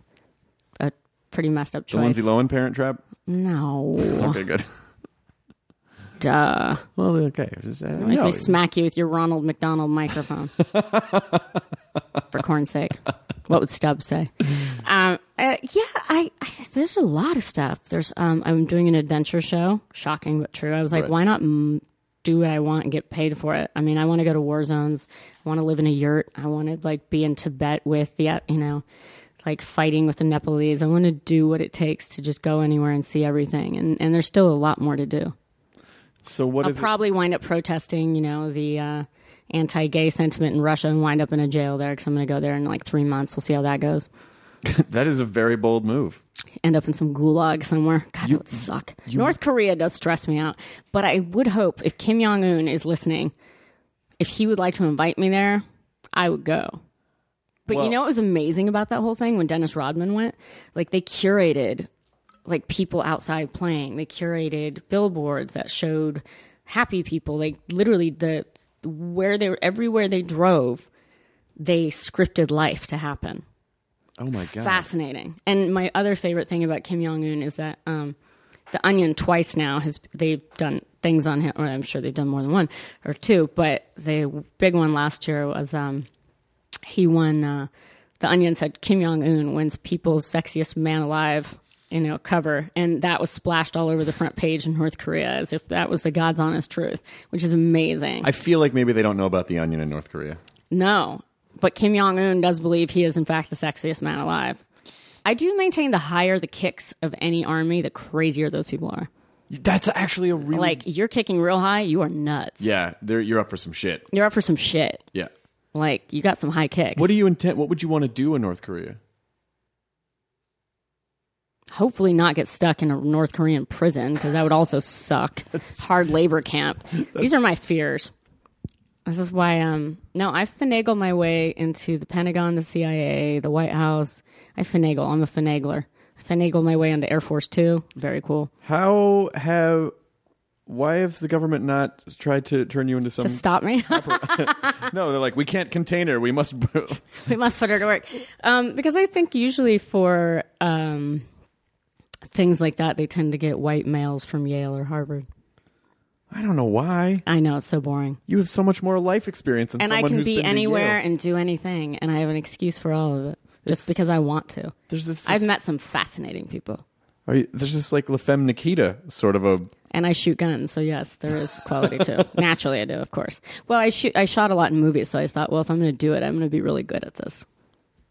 [SPEAKER 6] a pretty messed up
[SPEAKER 5] The
[SPEAKER 6] choice.
[SPEAKER 5] Lindsay Lohan parent trap.
[SPEAKER 6] no,
[SPEAKER 5] [LAUGHS] Okay, good.
[SPEAKER 6] duh.
[SPEAKER 5] well, okay. Just, uh, I don't
[SPEAKER 6] Make
[SPEAKER 5] know.
[SPEAKER 6] me smack you with your Ronald McDonald microphone. For corn's sake. What would Stubbs say? Um, uh, yeah, I, I there's a lot of stuff. There's um, I'm doing an adventure show. Shocking but true. I was like, why not mm, do what I want and get paid for it? I mean, I want to go to war zones. I want to live in a yurt. I want to like be in Tibet with the uh, you know, like fighting with the Nepalese. I want to do what it takes to just go anywhere and see everything. And and there's still a lot more to do.
[SPEAKER 5] so what
[SPEAKER 6] I'll
[SPEAKER 5] is it-
[SPEAKER 6] probably wind up protesting, you know, the uh, anti-gay sentiment in Russia and wind up in a jail there because I'm going to go there in like three months. We'll see how that goes.
[SPEAKER 5] that is a very bold move.
[SPEAKER 6] End up in some gulag somewhere. God, that would suck. North Korea does stress me out, but I would hope if Kim Jong Un is listening, if he would like to invite me there, I would go. But
[SPEAKER 5] Well-
[SPEAKER 6] you know what was amazing about that whole thing when Dennis Rodman went? Like they curated like people outside playing. They curated billboards that showed happy people. Like literally the where they were everywhere they drove, they scripted life to happen.
[SPEAKER 5] Oh my god.
[SPEAKER 6] Fascinating. And my other favorite thing about Kim Jong Un is that um, the Onion twice now has they've done things on him, or I'm sure they've done more than one or two, but the big one last year was um, he won. Uh, the Onion said Kim Jong Un wins People's Sexiest Man Alive you know, cover, and that was splashed all over the front page in North Korea as if that was the God's honest truth, which is amazing.
[SPEAKER 5] I feel like maybe they don't know about the onion in North Korea.
[SPEAKER 6] No, but Kim Jong Un does believe he is in fact the sexiest man alive. I do maintain the higher the kicks of any army, the crazier those people are.
[SPEAKER 5] That's actually a really
[SPEAKER 6] Like you're kicking real high, you are nuts.
[SPEAKER 5] yeah. They're, you're up for some shit.
[SPEAKER 6] You're up for some shit.
[SPEAKER 5] Yeah.
[SPEAKER 6] Like you got some high kicks.
[SPEAKER 5] What do you intend? What would you want to do in North Korea?
[SPEAKER 6] Hopefully not get stuck in a North Korean prison because that would also suck. Hard labor camp. These are my fears. This is why um no, I finagle my way into the Pentagon, the CIA, the White House. I finagle. I'm a finagler. I finagle my way into Air Force 2. Very cool.
[SPEAKER 5] How have why has the government not tried to turn you into some?
[SPEAKER 6] to stop me.
[SPEAKER 5] no, they're like we can't contain her. We must.
[SPEAKER 6] [LAUGHS] we must put her to work. Um, because I think usually for um, things like that, they tend to get white males from Yale or Harvard.
[SPEAKER 5] [LAUGHS] I don't know why.
[SPEAKER 6] I know it's so boring.
[SPEAKER 5] You have so much more life experience than
[SPEAKER 6] And I
[SPEAKER 5] someone
[SPEAKER 6] can
[SPEAKER 5] who's
[SPEAKER 6] be
[SPEAKER 5] been to
[SPEAKER 6] anywhere
[SPEAKER 5] Yale.
[SPEAKER 6] and do anything, and I have an excuse for all of it just because I want to.
[SPEAKER 5] There's this.
[SPEAKER 6] I've met some fascinating people,
[SPEAKER 5] Are you, there's this like La Femme Nikita sort of a.
[SPEAKER 6] and I shoot guns, so yes, there is quality too.
[SPEAKER 5] [LAUGHS]
[SPEAKER 6] Naturally, I do, of course. Well, I shoot. I shot a lot in movies, so I thought, well, if I'm going to do it, I'm going to be really good at this.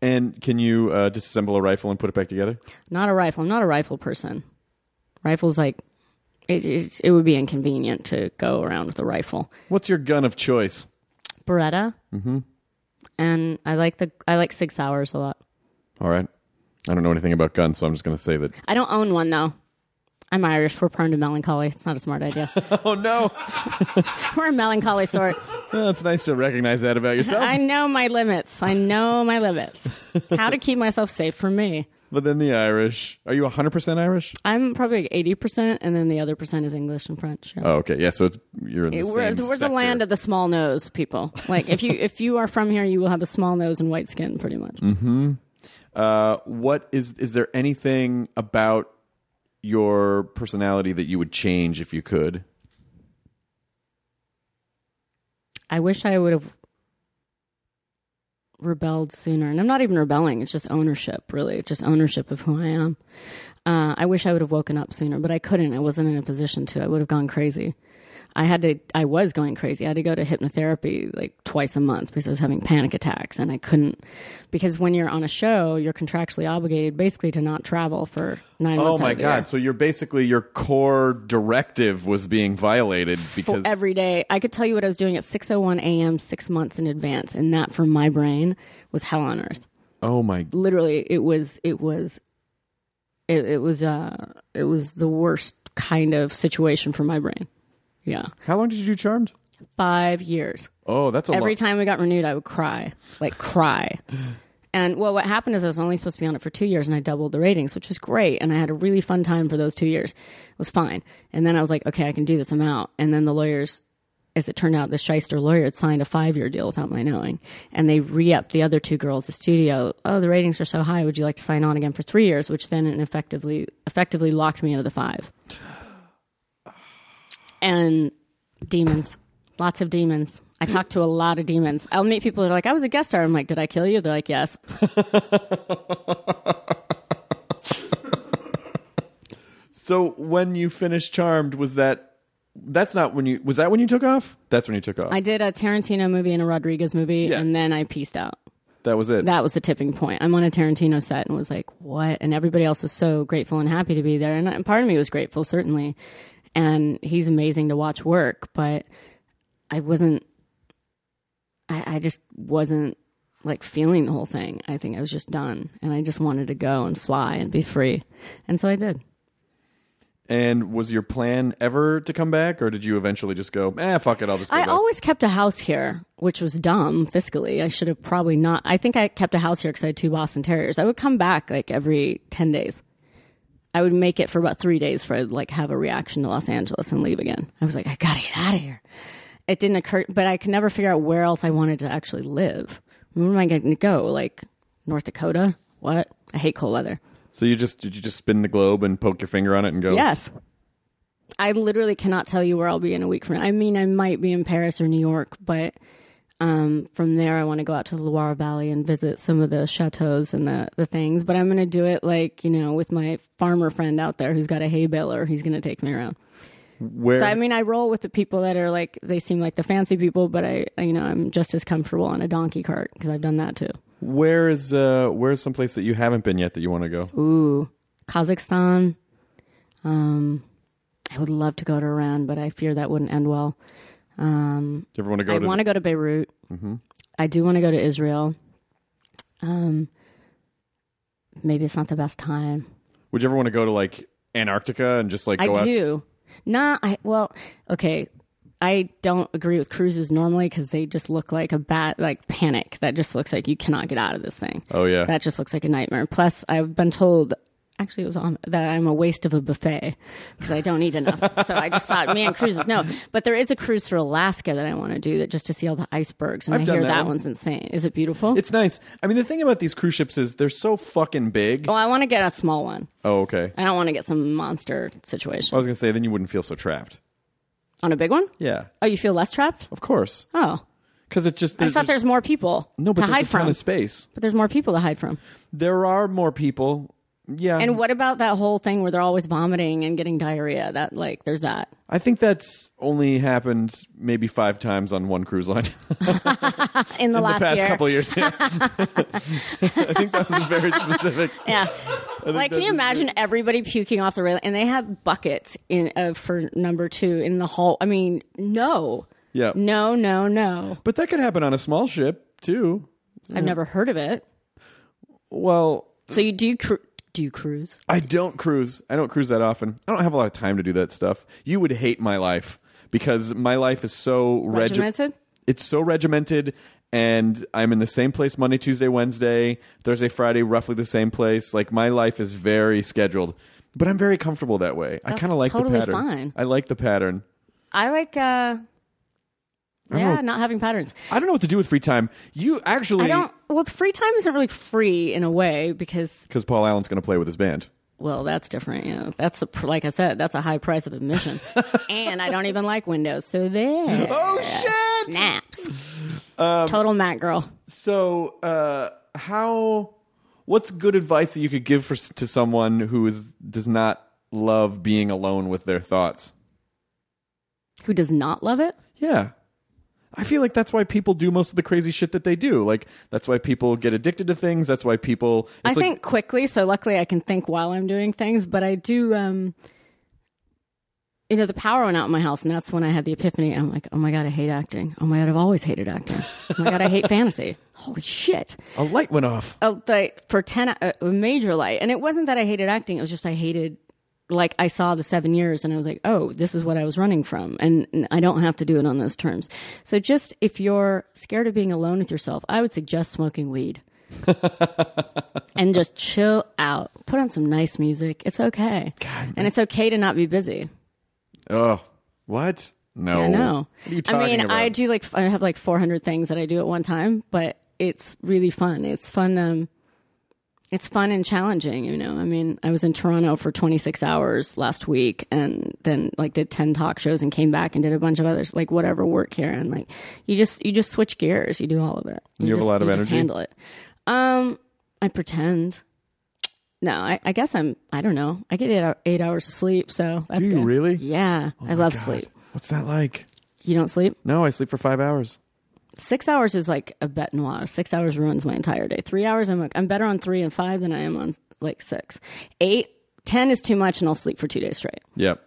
[SPEAKER 5] And can you uh, disassemble a rifle and put it back together?
[SPEAKER 6] Not a rifle. I'm not a rifle person. Rifles like it, it, it would be inconvenient to go around with a rifle.
[SPEAKER 5] What's your gun of choice?
[SPEAKER 6] Beretta. Mm-hmm. And I like the I like six hours a lot.
[SPEAKER 5] All right. I don't know anything about guns, so I'm just going to say
[SPEAKER 6] [LAUGHS]
[SPEAKER 5] that.
[SPEAKER 6] I don't own one though. I'm Irish. We're prone to melancholy. It's not a smart idea. [LAUGHS]
[SPEAKER 5] Oh no,
[SPEAKER 6] We're a melancholy sort.
[SPEAKER 5] [LAUGHS] Well, it's nice to recognize that about yourself.
[SPEAKER 6] [LAUGHS] I know my limits. I know my limits. How to keep myself safe from me.
[SPEAKER 5] But then the Irish. Are you 100% Irish?
[SPEAKER 6] I'm probably like 80%, and then the other percent is English and French. yeah.
[SPEAKER 5] Oh, okay. Yeah, so it's you're in the same
[SPEAKER 6] we're, we're the
[SPEAKER 5] sector.
[SPEAKER 6] land of the small nose people. Like if you if you are from here, you will have a small nose and white skin, pretty much.
[SPEAKER 5] Uh, what is is there anything about your personality that you would change if you could?
[SPEAKER 6] I wish I would have rebelled sooner, and I'm not even rebelling. It's just ownership, really. It's just ownership of who I am. Uh, I wish I would have woken up sooner, but I couldn't. I wasn't in a position to. I would have gone crazy. I had to. I was going crazy. I had to go to hypnotherapy like twice a month because I was having panic attacks, and I couldn't. Because when you're on a show, you're contractually obligated, basically, to not travel for nine months.
[SPEAKER 5] Oh
[SPEAKER 6] out
[SPEAKER 5] my
[SPEAKER 6] of the year.
[SPEAKER 5] god. So you're basically your core directive was being violated
[SPEAKER 6] for
[SPEAKER 5] because
[SPEAKER 6] every day. I could tell you what I was doing at 6:01 a.m. 6 months in advance and that for my brain was hell on earth.
[SPEAKER 5] Oh my
[SPEAKER 6] Literally it was it was it, it was uh it was the worst kind of situation for my brain. Yeah.
[SPEAKER 5] How long did you do charmed?
[SPEAKER 6] 5 years.
[SPEAKER 5] Oh, that's a
[SPEAKER 6] Every
[SPEAKER 5] long-
[SPEAKER 6] time we got renewed I would cry. Like cry. And well, what happened is I was only supposed to be on it for two years, and I doubled the ratings, which was great. And I had a really fun time for those two years. It was fine. And then I was like, okay, I can do this. I'm out. And then the lawyers, as it turned out, the shyster lawyer had signed a five year deal without my knowing. And they re upped the other two girls, the studio. Oh, the ratings are so high. Would you like to sign on again for three years? Which then effectively effectively locked me into the five. And demons, lots of demons. I talk to a lot of demons. I'll meet people that are like, I was a guest star. I'm like, did I kill you? They're like, yes.
[SPEAKER 5] So when you finished charmed was that that's not when you was that when you took off? That's when you took off.
[SPEAKER 6] I did a Tarantino movie and a Rodriguez movie,
[SPEAKER 5] Yeah.
[SPEAKER 6] and then I pieced out.
[SPEAKER 5] that was it.
[SPEAKER 6] That was the tipping point. I'm on a Tarantino set and was like, what? And everybody else was so grateful and happy to be there. And and part of me was grateful, certainly. And he's amazing to watch work, but I wasn't, I, I just wasn't like feeling the whole thing. I think I was just done. And I just wanted to go and fly and be free. And so I did.
[SPEAKER 5] and was your plan ever to come back or did you eventually just go, "Eh, fuck it, I'll just go
[SPEAKER 6] I
[SPEAKER 5] back."
[SPEAKER 6] always kept a house here, which was dumb fiscally. I should have probably not. I think I kept a house here because I had two Boston Terriers. I would come back like every 10 days. I would make it for about three days for I'd like have a reaction to Los Angeles and leave again. I was like, I gotta get out of here. It didn't occur, but I could never figure out where else I wanted to actually live. Where am I going to go? Like North Dakota? What? I hate cold weather.
[SPEAKER 5] So you just did you just spin the globe and poke your finger on it and go?
[SPEAKER 6] Yes. I literally cannot tell you where I'll be in a week from now. I mean, I might be in Paris or New York, but Um, from there, I want to go out to the Loire Valley and visit some of the chateaus and the, the things. But I'm going to do it like, you know, with my farmer friend out there who's got a hay baler. He's going to take me around.
[SPEAKER 5] Where
[SPEAKER 6] So, I mean, I roll with the people that are like, they seem like the fancy people, but I, you know, I'm just as comfortable on a donkey cart because I've done that too.
[SPEAKER 5] where is uh where's someplace that you haven't been yet that you want to go?
[SPEAKER 6] Ooh, Kazakhstan. Um, I would love to go to Iran, but I fear that wouldn't end well. Um,
[SPEAKER 5] Do you ever want to go
[SPEAKER 6] I
[SPEAKER 5] to Mm-hmm.
[SPEAKER 6] want to go to Beirut. I do want to go to Israel. Um, maybe it's not the best time.
[SPEAKER 5] Would you ever want to go to like Antarctica and just like go
[SPEAKER 6] I
[SPEAKER 5] out
[SPEAKER 6] do. Nah, I well, okay. I don't agree with cruises normally because they just look like a bat, like panic. That just looks like you cannot get out of this thing.
[SPEAKER 5] Oh, yeah.
[SPEAKER 6] that just looks like a nightmare. Plus, I've been told. Actually, it was on that I'm a waste of a buffet because I don't
[SPEAKER 5] [LAUGHS]
[SPEAKER 6] eat enough. so I just thought, man, cruises, no. But there is a cruise for Alaska that I want to do that just to see all the icebergs. And
[SPEAKER 5] I've
[SPEAKER 6] I
[SPEAKER 5] done
[SPEAKER 6] hear
[SPEAKER 5] that
[SPEAKER 6] that,
[SPEAKER 5] one.
[SPEAKER 6] one's insane. Is it beautiful?
[SPEAKER 5] It's nice. I mean, the thing about these cruise ships is they're so fucking big.
[SPEAKER 6] well, I want to get a small one.
[SPEAKER 5] Oh, okay.
[SPEAKER 6] I don't want to get some monster
[SPEAKER 5] I
[SPEAKER 6] situation
[SPEAKER 5] was gonna say then you wouldn't feel so trapped.
[SPEAKER 6] on a big one.
[SPEAKER 5] Yeah,
[SPEAKER 6] Oh, you feel less trapped?
[SPEAKER 5] of course.
[SPEAKER 6] Oh,
[SPEAKER 5] Because it's just
[SPEAKER 6] I
[SPEAKER 5] there's,
[SPEAKER 6] just thought there's more people
[SPEAKER 5] no, but
[SPEAKER 6] to
[SPEAKER 5] there's
[SPEAKER 6] hide
[SPEAKER 5] a ton
[SPEAKER 6] from.
[SPEAKER 5] of space.
[SPEAKER 6] But there's more people to hide from.
[SPEAKER 5] There are more people. Yeah,
[SPEAKER 6] And what about that whole thing where they're always vomiting and getting diarrhea? That like, there's that.
[SPEAKER 5] I think that's only happened maybe five times on one cruise line [LAUGHS] in
[SPEAKER 6] In the last
[SPEAKER 5] the past
[SPEAKER 6] year,
[SPEAKER 5] couple of
[SPEAKER 6] [LAUGHS]
[SPEAKER 5] years. [LAUGHS] Yeah. I think that was very specific.
[SPEAKER 6] yeah. Like, can you imagine everybody puking off the rail? And they had buckets in uh, for number two in the hall. I mean, no,
[SPEAKER 5] Yeah,
[SPEAKER 6] no, no, no.
[SPEAKER 5] but that could happen on a small ship too.
[SPEAKER 6] I've never heard of it.
[SPEAKER 5] Well,
[SPEAKER 6] So you do cru- do you cruise?
[SPEAKER 5] I don't cruise. I don't cruise that often. I don't have a lot of time to do that stuff. You would hate my life because my life is so regi-
[SPEAKER 6] Regimented?
[SPEAKER 5] It's so regimented, and I'm in the same place Monday, Tuesday, Wednesday, Thursday, Friday, roughly the same place. Like my life is very scheduled, but I'm very comfortable that way. I
[SPEAKER 6] That's
[SPEAKER 5] kind of like
[SPEAKER 6] totally
[SPEAKER 5] the pattern.
[SPEAKER 6] fine.
[SPEAKER 5] I like the pattern.
[SPEAKER 6] I like. uh yeah, not having patterns.
[SPEAKER 5] I don't know what to do with free time. You
[SPEAKER 6] I
[SPEAKER 5] actually,
[SPEAKER 6] don't. Well, free time isn't really free in a way because
[SPEAKER 5] because Paul Allen's going to play with his band.
[SPEAKER 6] Well, that's different. You know, that's a, pr- like I said, that's a high price
[SPEAKER 5] [LAUGHS]
[SPEAKER 6] of admission, and I don't even like Windows. So there.
[SPEAKER 5] Oh shit! Um,
[SPEAKER 6] Snaps. Total Mac girl.
[SPEAKER 5] So, uh, how? What's good advice that you could give for to someone who is does not love being alone with their thoughts?
[SPEAKER 6] Who does not love it?
[SPEAKER 5] Yeah, I feel like that's why people do most of the crazy shit that they do. Like that's why people get addicted to things. That's why people. It's
[SPEAKER 6] I
[SPEAKER 5] like,
[SPEAKER 6] think quickly, so luckily I can think while I'm doing things. But I do. um You know, the power went out in my house, and that's when I had the epiphany. I'm like, oh my god, I hate acting. Oh my god, I've always hated acting. Oh my god, I hate fantasy. Holy shit.
[SPEAKER 5] a light went off.
[SPEAKER 6] a, like for 10 a, a major light and it wasn't that i hated acting it was just i hated like i saw the seven years and i was like oh this is what i was running from and, and i don't have to do it on those terms so just if you're scared of being alone with yourself i would suggest smoking weed and just chill out put on some nice music it's okay and it's okay to not be busy
[SPEAKER 5] Oh, what? No,
[SPEAKER 6] I know.
[SPEAKER 5] What are you
[SPEAKER 6] I
[SPEAKER 5] talking
[SPEAKER 6] mean,
[SPEAKER 5] about?
[SPEAKER 6] I do like f- I have like 400 things that I do at one time, but it's really fun. It's fun. Um, it's fun and challenging. You know, I mean, I was in Toronto for 26 hours last week, and then like did 10 talk shows and came back and did a bunch of others, like whatever work here, and like you just you just switch gears. You do all of it. You,
[SPEAKER 5] have a
[SPEAKER 6] just,
[SPEAKER 5] lot of
[SPEAKER 6] you just
[SPEAKER 5] energy?
[SPEAKER 6] handle it. Um, I pretend. No, I, I guess I'm. I don't know. I get eight, hou- eight hours of sleep, so that's
[SPEAKER 5] Do you
[SPEAKER 6] good.
[SPEAKER 5] really? Oh
[SPEAKER 6] Yeah, I love sleep.
[SPEAKER 5] What's that like?
[SPEAKER 6] You don't sleep?
[SPEAKER 5] No, I sleep for five hours.
[SPEAKER 6] Six hours is like a bet noir. Six hours ruins my entire day. Three hours, I'm like, I'm better on three and five than I am on like six. Eight, ten is too much, and I'll sleep for two days straight.
[SPEAKER 5] Yep.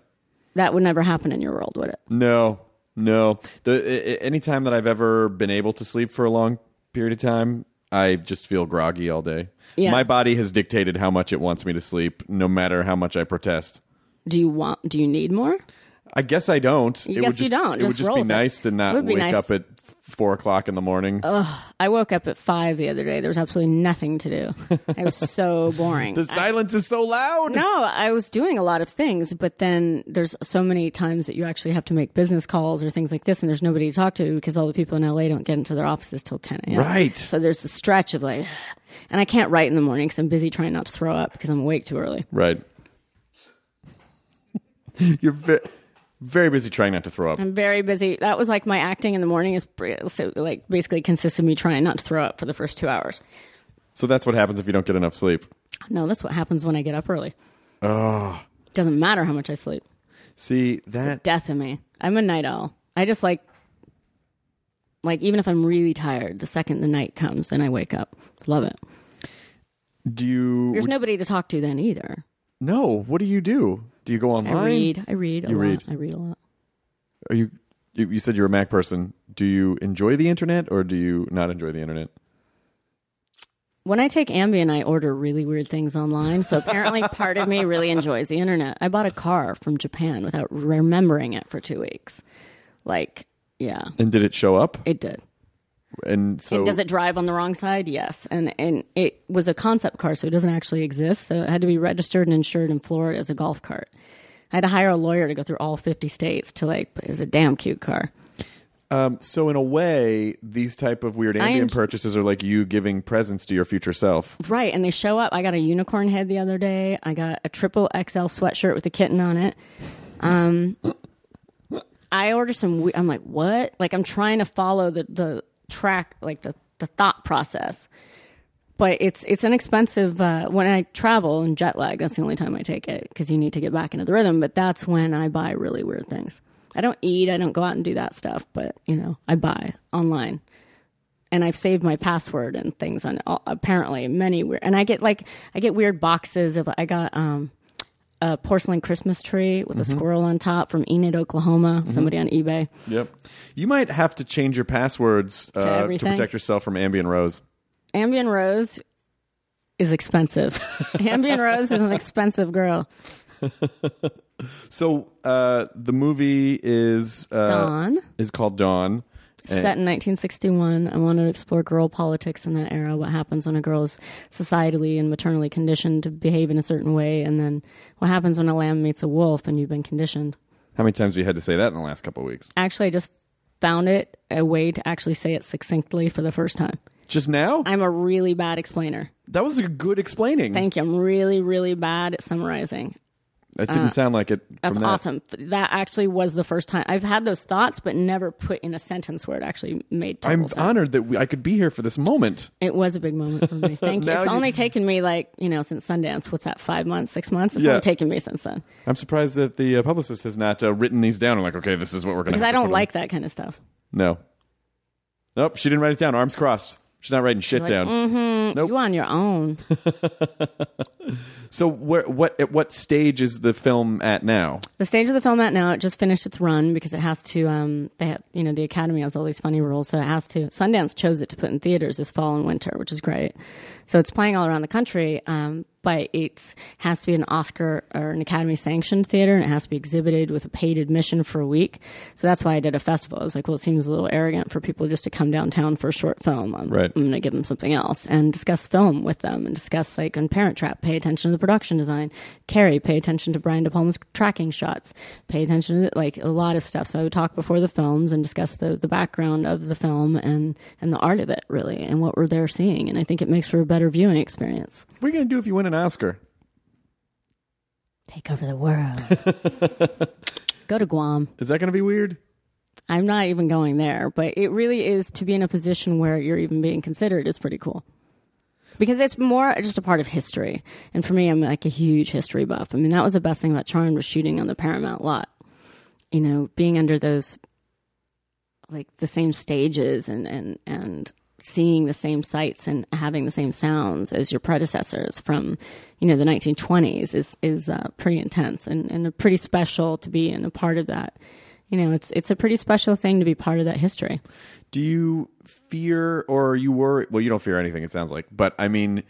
[SPEAKER 6] That would never happen in your world, would it?
[SPEAKER 5] No, no. The a- a- any time that I've ever been able to sleep for a long period of time, I just feel groggy all day.
[SPEAKER 6] Yeah.
[SPEAKER 5] My body has dictated how much it wants me to sleep, no matter how much I protest.
[SPEAKER 6] Do you want? Do you need more?
[SPEAKER 5] I guess I don't.
[SPEAKER 6] guess you don't.
[SPEAKER 5] It would
[SPEAKER 6] Just
[SPEAKER 5] just
[SPEAKER 6] roll
[SPEAKER 5] be
[SPEAKER 6] with it.
[SPEAKER 5] nice to
[SPEAKER 6] It
[SPEAKER 5] not
[SPEAKER 6] would be
[SPEAKER 5] wake
[SPEAKER 6] nice.
[SPEAKER 5] up at f- four o'clock in the morning.
[SPEAKER 6] I woke up at five the other day. There was absolutely nothing to do. It was so boring.
[SPEAKER 5] the silence is so loud.
[SPEAKER 6] No, I was doing a lot of things, but then there's so many times that you actually have to make business calls or things like this, and there's nobody to talk to because all the people in LA don't get into their offices till 10 a.m.
[SPEAKER 5] Right.
[SPEAKER 6] So there's the stretch of like, and I can't write in the morning because I'm busy trying not to throw up because I'm awake too early.
[SPEAKER 5] Right. [LAUGHS] You're ve- Very busy trying not to throw up.
[SPEAKER 6] I'm very busy. That was like my acting in the morning is br- so like basically consists of me trying not to throw up for the first two hours.
[SPEAKER 5] So that's what happens if you don't get enough sleep.
[SPEAKER 6] No, that's what happens when I get up early. Oh. Doesn't matter how much I sleep.
[SPEAKER 5] See that?
[SPEAKER 6] Death in me. I'm a night owl. I just like like even if I'm really tired, the second the night comes and I wake up. Love it.
[SPEAKER 5] Do you?
[SPEAKER 6] There's nobody to talk to then either.
[SPEAKER 5] no. What do you do? Do you go online?
[SPEAKER 6] I read. I read a
[SPEAKER 5] You
[SPEAKER 6] lot.
[SPEAKER 5] read.
[SPEAKER 6] I read a lot.
[SPEAKER 5] Are you, you? You said you're a Mac person. Do you enjoy the internet or do you not enjoy the internet?
[SPEAKER 6] When I take Ambien, I order really weird things online. So apparently, part of me really enjoys the internet. I bought a car from Japan without remembering it for two weeks. Like, yeah,
[SPEAKER 5] And did it show up?
[SPEAKER 6] it did.
[SPEAKER 5] And so
[SPEAKER 6] it, does it drive on the wrong side? Yes. And and it was a concept car, so it doesn't actually exist. So it had to be registered and insured in Florida as a golf cart. I had to hire a lawyer to go through all 50 states to like, but it was a damn cute car.
[SPEAKER 5] Um, so in a way, these type of weird
[SPEAKER 6] I
[SPEAKER 5] ambient
[SPEAKER 6] en-
[SPEAKER 5] purchases are like you giving presents to your future self.
[SPEAKER 6] Right, and they show up. I got a unicorn head the other day. I got a triple XL sweatshirt with a kitten on it. Um, I order some. We- I'm like, what? Like, I'm trying to follow the the track, like the the thought process. But it's it's inexpensive uh, when I travel and jet lag. That's the only time I take it because you need to get back into the rhythm. But that's when I buy really weird things. I don't eat. I don't go out and do that stuff. But you know, I buy online and I've saved my password and things on all, apparently many weird. And I get like I get weird boxes of I got um a porcelain Christmas tree with a squirrel on top from Enid, Oklahoma. Somebody on eBay.
[SPEAKER 5] Yep. You might have to change your passwords uh, to,
[SPEAKER 6] everything.
[SPEAKER 5] protect yourself from ambient rose.
[SPEAKER 6] Ambien Rose is expensive. [LAUGHS] Ambien Rose is an expensive girl.
[SPEAKER 5] So uh, the movie is uh,
[SPEAKER 6] Dawn.
[SPEAKER 5] is called Dawn. And-
[SPEAKER 6] Set in 1961, I wanted to explore girl politics in that era. What happens when a girl is societally and maternally conditioned to behave in a certain way, and then what happens when a lamb meets a wolf and you've been conditioned?
[SPEAKER 5] How many times have you had to say that in the last couple of weeks?
[SPEAKER 6] actually I just found it a way to actually say it succinctly for the first time.
[SPEAKER 5] Just now?
[SPEAKER 6] I'm a really bad explainer.
[SPEAKER 5] that was a good explaining.
[SPEAKER 6] Thank you. I'm really, really bad at summarizing.
[SPEAKER 5] that didn't sound like it.
[SPEAKER 6] uh, That's
[SPEAKER 5] from that.
[SPEAKER 6] awesome. That actually was the first time I've had those thoughts, but never put in a sentence where it actually made total
[SPEAKER 5] I'm
[SPEAKER 6] sense.
[SPEAKER 5] honored that we, I could be here for this moment.
[SPEAKER 6] It was a big moment
[SPEAKER 5] [LAUGHS]
[SPEAKER 6] for me. Thank you.
[SPEAKER 5] Now
[SPEAKER 6] It's
[SPEAKER 5] you-
[SPEAKER 6] only taken me like you know since Sundance. What's that? Five months? Six months? It's
[SPEAKER 5] Yeah.
[SPEAKER 6] only taken me since then
[SPEAKER 5] I'm surprised that the uh, publicist has not uh, written these down. I'm like, okay, this is what we're going to.
[SPEAKER 6] because I don't like that kind of stuff.
[SPEAKER 5] No. Nope, she didn't write it down. Arms crossed. She's not writing shit
[SPEAKER 6] like,
[SPEAKER 5] down. Nope.
[SPEAKER 6] You on your own.
[SPEAKER 5] So where what at what stage is the film at now?
[SPEAKER 6] the stage of the film at now it just finished its run because it has to um they have, you know the academy has all these funny rules so it has to sundance chose it to put in theaters this fall and winter which is great so it's playing all around the country um but it has to be an oscar or an academy sanctioned theater and it has to be exhibited with a paid admission for a week so that's why i did a festival i was like well it seems a little arrogant for people just to come downtown for a short film Um, i'm,
[SPEAKER 5] Right.
[SPEAKER 6] I'm going to give them something else and discuss film with them and discuss like on Parent Trap, pay attention to the production design. Carrie, pay attention to Brian De Palma's tracking shots. Pay attention to like a lot of stuff. So I would talk before the films and discuss the, the background of the film and, and the art of it really and what we're there seeing. And I think it makes for a better viewing experience.
[SPEAKER 5] What are you gonna do if you win an Oscar?
[SPEAKER 6] Take over the world. Go to Guam.
[SPEAKER 5] Is that gonna be weird?
[SPEAKER 6] I'm not even going there, but it really is to be in a position where you're even being considered is pretty cool. Because it's more just a part of history. And for me, I'm like a huge history buff. I mean, that was the best thing about Charmed was shooting on the Paramount lot. You know, being under those like the same stages and and and seeing the same sights and having the same sounds as your predecessors from you know the 1920s is is uh, pretty intense and and a pretty special to be in a part of that you know it's it's a pretty special thing to be part of that history
[SPEAKER 5] Do you fear or you worry well, you don't fear anything, it sounds like, but I mean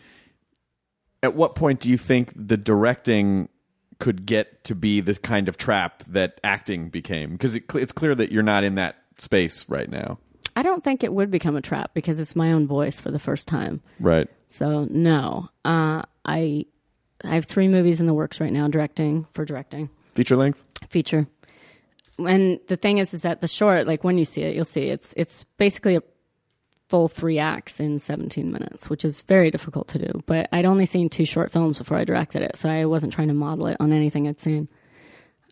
[SPEAKER 5] at what point do you think the directing could get to be this kind of trap that acting became? Because it, cl- it's clear that you're not in that space right now.
[SPEAKER 6] i don't think it would become a trap because it's my own voice for the first time
[SPEAKER 5] Right.
[SPEAKER 6] So no, uh, I I have three movies in the works right now, directing for directing
[SPEAKER 5] Feature length?
[SPEAKER 6] feature. And the thing is, is that the short, like when you see it, you'll see it's it's basically a full three acts in 17 minutes, which is very difficult to do. But I'd only seen two short films before I directed it, so I wasn't trying to model it on anything I'd seen.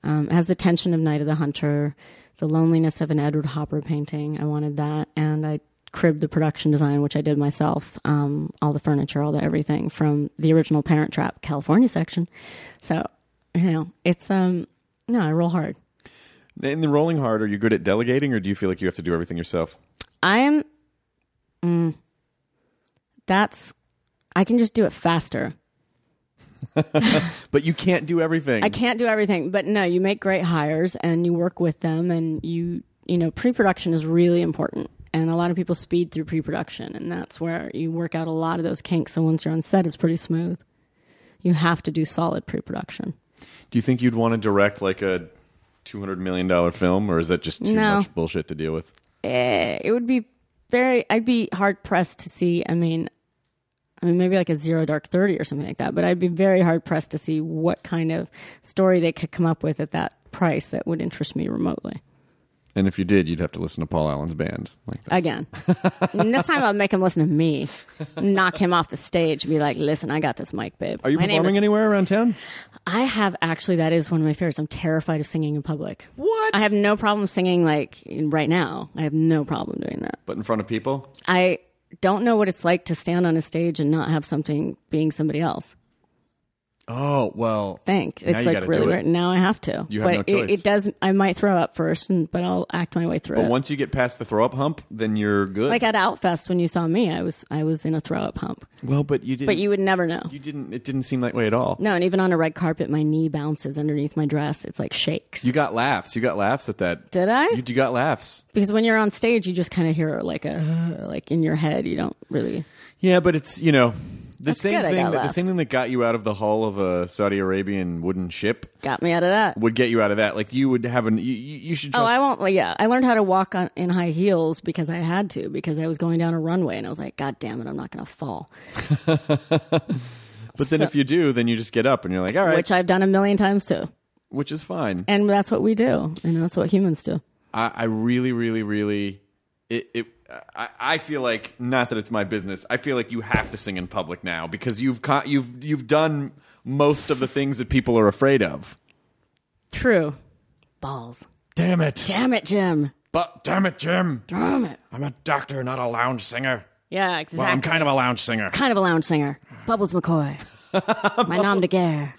[SPEAKER 6] Um, it has the tension of Night of the Hunter, the loneliness of an Edward Hopper painting. I wanted that, and I cribbed the production design, which I did myself. Um, all the furniture, all the everything from the original Parent Trap California section. So you know, it's um, no, I roll hard.
[SPEAKER 5] In the rolling hard, are you good at delegating, or do you feel like you have to do everything yourself?
[SPEAKER 6] I'm. Mm, that's. I can just do it faster.
[SPEAKER 5] But you can't do everything.
[SPEAKER 6] I can't do everything, but no, you make great hires and you work with them, and you you know pre-production is really important, and a lot of people speed through pre-production, and that's where you work out a lot of those kinks. So once you're on set, it's pretty smooth. You have to do solid pre-production.
[SPEAKER 5] Do you think you'd want to direct like a two hundred million dollar film, or is that just too
[SPEAKER 6] No.
[SPEAKER 5] much bullshit to deal with?
[SPEAKER 6] Eh, it would be very. I'd be hard pressed to see. I mean, I mean maybe like a zero dark thirty or something like that. But I'd be very hard pressed to see what kind of story they could come up with at that price that would interest me remotely.
[SPEAKER 5] And if you did, you'd have to listen to Paul Allen's band. Like, that's-
[SPEAKER 6] again. And this time I'll make him listen to me, knock him off the stage, be like, "Listen, I got this mic, babe."
[SPEAKER 5] are you
[SPEAKER 6] My name
[SPEAKER 5] performing
[SPEAKER 6] is-
[SPEAKER 5] anywhere around town?
[SPEAKER 6] I have actually. That is one of my fears. I'm terrified of singing in public.
[SPEAKER 5] What?
[SPEAKER 6] I have no problem singing like in- right now. I have no problem doing that.
[SPEAKER 5] But in front of people,
[SPEAKER 6] I don't know what it's like to stand on a stage and not have something being somebody else.
[SPEAKER 5] oh well.
[SPEAKER 6] Think
[SPEAKER 5] you
[SPEAKER 6] it's
[SPEAKER 5] gotta
[SPEAKER 6] like
[SPEAKER 5] do
[SPEAKER 6] really
[SPEAKER 5] it.
[SPEAKER 6] weird. Now I have to.
[SPEAKER 5] You have
[SPEAKER 6] but
[SPEAKER 5] no
[SPEAKER 6] it,
[SPEAKER 5] choice.
[SPEAKER 6] it does. I might throw up first, and, but I'll act my way through
[SPEAKER 5] But
[SPEAKER 6] it.
[SPEAKER 5] once you get past the throw up hump, then you're good.
[SPEAKER 6] like at Outfest when you saw me, I was I was in a throw up hump.
[SPEAKER 5] well, but you didn't.
[SPEAKER 6] But you would never know.
[SPEAKER 5] you didn't. It didn't seem that way at all.
[SPEAKER 6] No, and even on a red carpet, my knee bounces underneath my dress. It's like shakes.
[SPEAKER 5] You got laughs. You got laughs at that.
[SPEAKER 6] Did I?
[SPEAKER 5] You, you got laughs.
[SPEAKER 6] because when you're on stage, you just kind of hear like a uh, like in your head. You don't really.
[SPEAKER 5] Yeah, but it's you know the
[SPEAKER 6] That's
[SPEAKER 5] same
[SPEAKER 6] good, I
[SPEAKER 5] thing.
[SPEAKER 6] got
[SPEAKER 5] That, the
[SPEAKER 6] laughs.
[SPEAKER 5] same thing that got you out of the hull of a Saudi Arabian wooden ship
[SPEAKER 6] Got me out of that.
[SPEAKER 5] would get you out of that. Like you would have an. You, you you should. Just,
[SPEAKER 6] Oh, I won't. Like, yeah, I learned how to walk on, in high heels because I had to because I was going down a runway and I was like, God damn it, I'm not going to fall,
[SPEAKER 5] but then
[SPEAKER 6] so-
[SPEAKER 5] if you do, then you just get up and you're like, all right,
[SPEAKER 6] which I've done a million times too,
[SPEAKER 5] which is fine.
[SPEAKER 6] and that's what we do, and that's what humans do.
[SPEAKER 5] I, I really, really, really, it, it. I, I feel like not that it's my business. I feel like you have to sing in public now because you've co- you've you've done most of the things that people are afraid of.
[SPEAKER 6] True. Balls.
[SPEAKER 5] Damn it!
[SPEAKER 6] Damn it, Jim.
[SPEAKER 5] But damn it, Jim!
[SPEAKER 6] Damn it.
[SPEAKER 5] I'm a doctor, not a lounge singer.
[SPEAKER 6] Yeah, exactly.
[SPEAKER 5] I'm kind of a lounge singer.
[SPEAKER 6] kind of a lounge singer.
[SPEAKER 5] [LAUGHS]
[SPEAKER 6] Bubbles McCoy. My nom de guerre.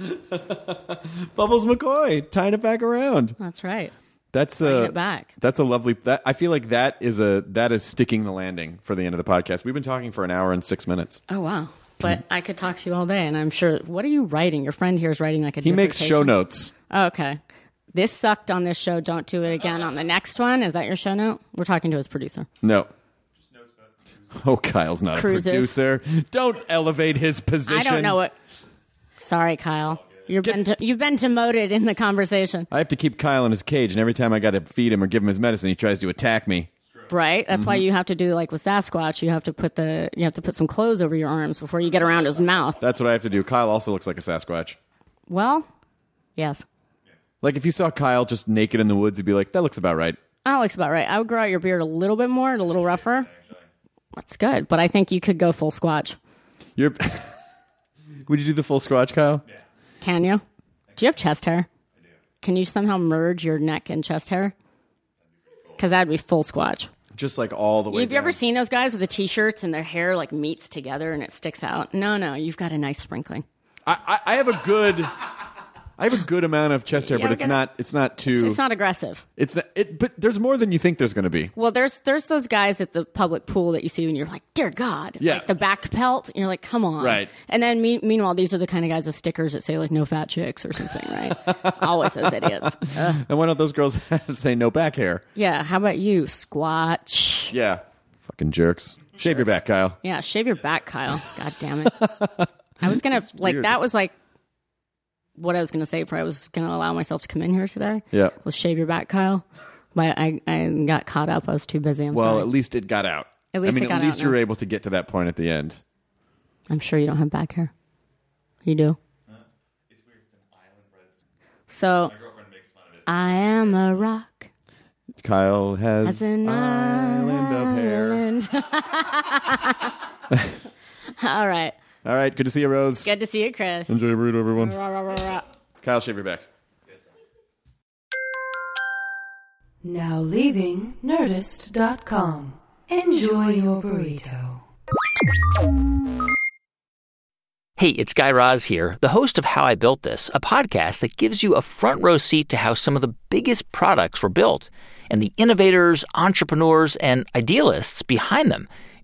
[SPEAKER 5] Bubbles McCoy, tying it back around.
[SPEAKER 6] That's right.
[SPEAKER 5] That's a
[SPEAKER 6] it back.
[SPEAKER 5] That's a lovely. That, I feel like that is a that is sticking the landing for the end of the podcast. We've been talking for an hour and six minutes.
[SPEAKER 6] Oh wow. But I could talk to you all day and I'm sure what are you writing? Your friend here is writing like a
[SPEAKER 5] He makes show notes.
[SPEAKER 6] Oh, okay. This sucked on this show, don't do it again on the next one. Is that your show note? We're talking to his producer.
[SPEAKER 5] No. Oh, Kyle's not
[SPEAKER 6] Cruises.
[SPEAKER 5] a producer. Don't elevate his position.
[SPEAKER 6] I don't know what Sorry, Kyle. You've been de- you've been demoted in the conversation.
[SPEAKER 5] I have to keep Kyle in his cage, and every time I got to feed him or give him his medicine, he tries to attack me.
[SPEAKER 6] Right? That's why you have to do like with Sasquatch, you have to put the you have to put some clothes over your arms before you get around his mouth.
[SPEAKER 5] That's what I have to do. Kyle also looks like a Sasquatch.
[SPEAKER 6] Well, yes.
[SPEAKER 5] Like if you saw Kyle just naked in the woods, you'd be like, "That looks about right."
[SPEAKER 6] That looks about right. I would grow out your beard a little bit more and a little rougher. That's good, but I think you could go full squatch.
[SPEAKER 5] You're. [LAUGHS] Would you do the full squatch, Kyle?
[SPEAKER 6] Can you? Do you have chest hair? Can you somehow merge your neck and chest hair? Because that'd be full squatch.
[SPEAKER 5] Just like all the way.
[SPEAKER 6] Have you ever
[SPEAKER 5] down.
[SPEAKER 6] seen those guys with the t-shirts and their hair like meets together and it sticks out? No, no, you've got a nice sprinkling.
[SPEAKER 5] I, I I have a good. I have a good amount of chest hair,
[SPEAKER 6] Yeah,
[SPEAKER 5] but
[SPEAKER 6] we
[SPEAKER 5] it's
[SPEAKER 6] gotta-
[SPEAKER 5] not. It's not too.
[SPEAKER 6] It's not aggressive.
[SPEAKER 5] It's not, it. But there's more than you think there's going to be.
[SPEAKER 6] Well, there's there's those guys at the public pool that you see and you're like, dear God,
[SPEAKER 5] Yeah.
[SPEAKER 6] like the back pelt. And you're like, come on,
[SPEAKER 5] Right.
[SPEAKER 6] And then me- meanwhile, these are the kind of guys with stickers that say like no fat chicks or something, right?
[SPEAKER 5] [LAUGHS]
[SPEAKER 6] Always those idiots. Ugh.
[SPEAKER 5] And why don't those girls [LAUGHS] say no back hair?
[SPEAKER 6] Yeah. How about you, Squatch?
[SPEAKER 5] Yeah. Fucking jerks. Shave your back, Kyle.
[SPEAKER 6] Yeah, shave your
[SPEAKER 5] [LAUGHS]
[SPEAKER 6] back, Kyle. God damn it. I was gonna like
[SPEAKER 5] weird.
[SPEAKER 6] that was like what I was gonna say. Before I was gonna allow myself to come in here today.
[SPEAKER 5] Yeah.
[SPEAKER 6] Was shave your back, Kyle. But I, I got caught up. I was too busy. I'm
[SPEAKER 5] Well,
[SPEAKER 6] sorry.
[SPEAKER 5] at least it got out.
[SPEAKER 6] At least
[SPEAKER 5] I mean,
[SPEAKER 6] it got
[SPEAKER 5] at least
[SPEAKER 6] out
[SPEAKER 5] you were
[SPEAKER 6] now.
[SPEAKER 5] able to get to that point at the end.
[SPEAKER 6] I'm sure you don't have back hair. You do. So I am a rock
[SPEAKER 5] Kyle has
[SPEAKER 6] as an
[SPEAKER 5] island of hair.
[SPEAKER 6] island. [LAUGHS] All right.
[SPEAKER 5] All right, good to see you, Rose.
[SPEAKER 6] Good to see you, Chris.
[SPEAKER 5] Enjoy your burrito, everyone. Kyle, shave your back.
[SPEAKER 4] [LAUGHS] Now leaving Nerdist.com. Enjoy your burrito.
[SPEAKER 7] Hey, it's Guy Raz here, the host of How I Built This, a podcast that gives you a front row seat to how some of the biggest products were built and the innovators, entrepreneurs, and idealists behind them.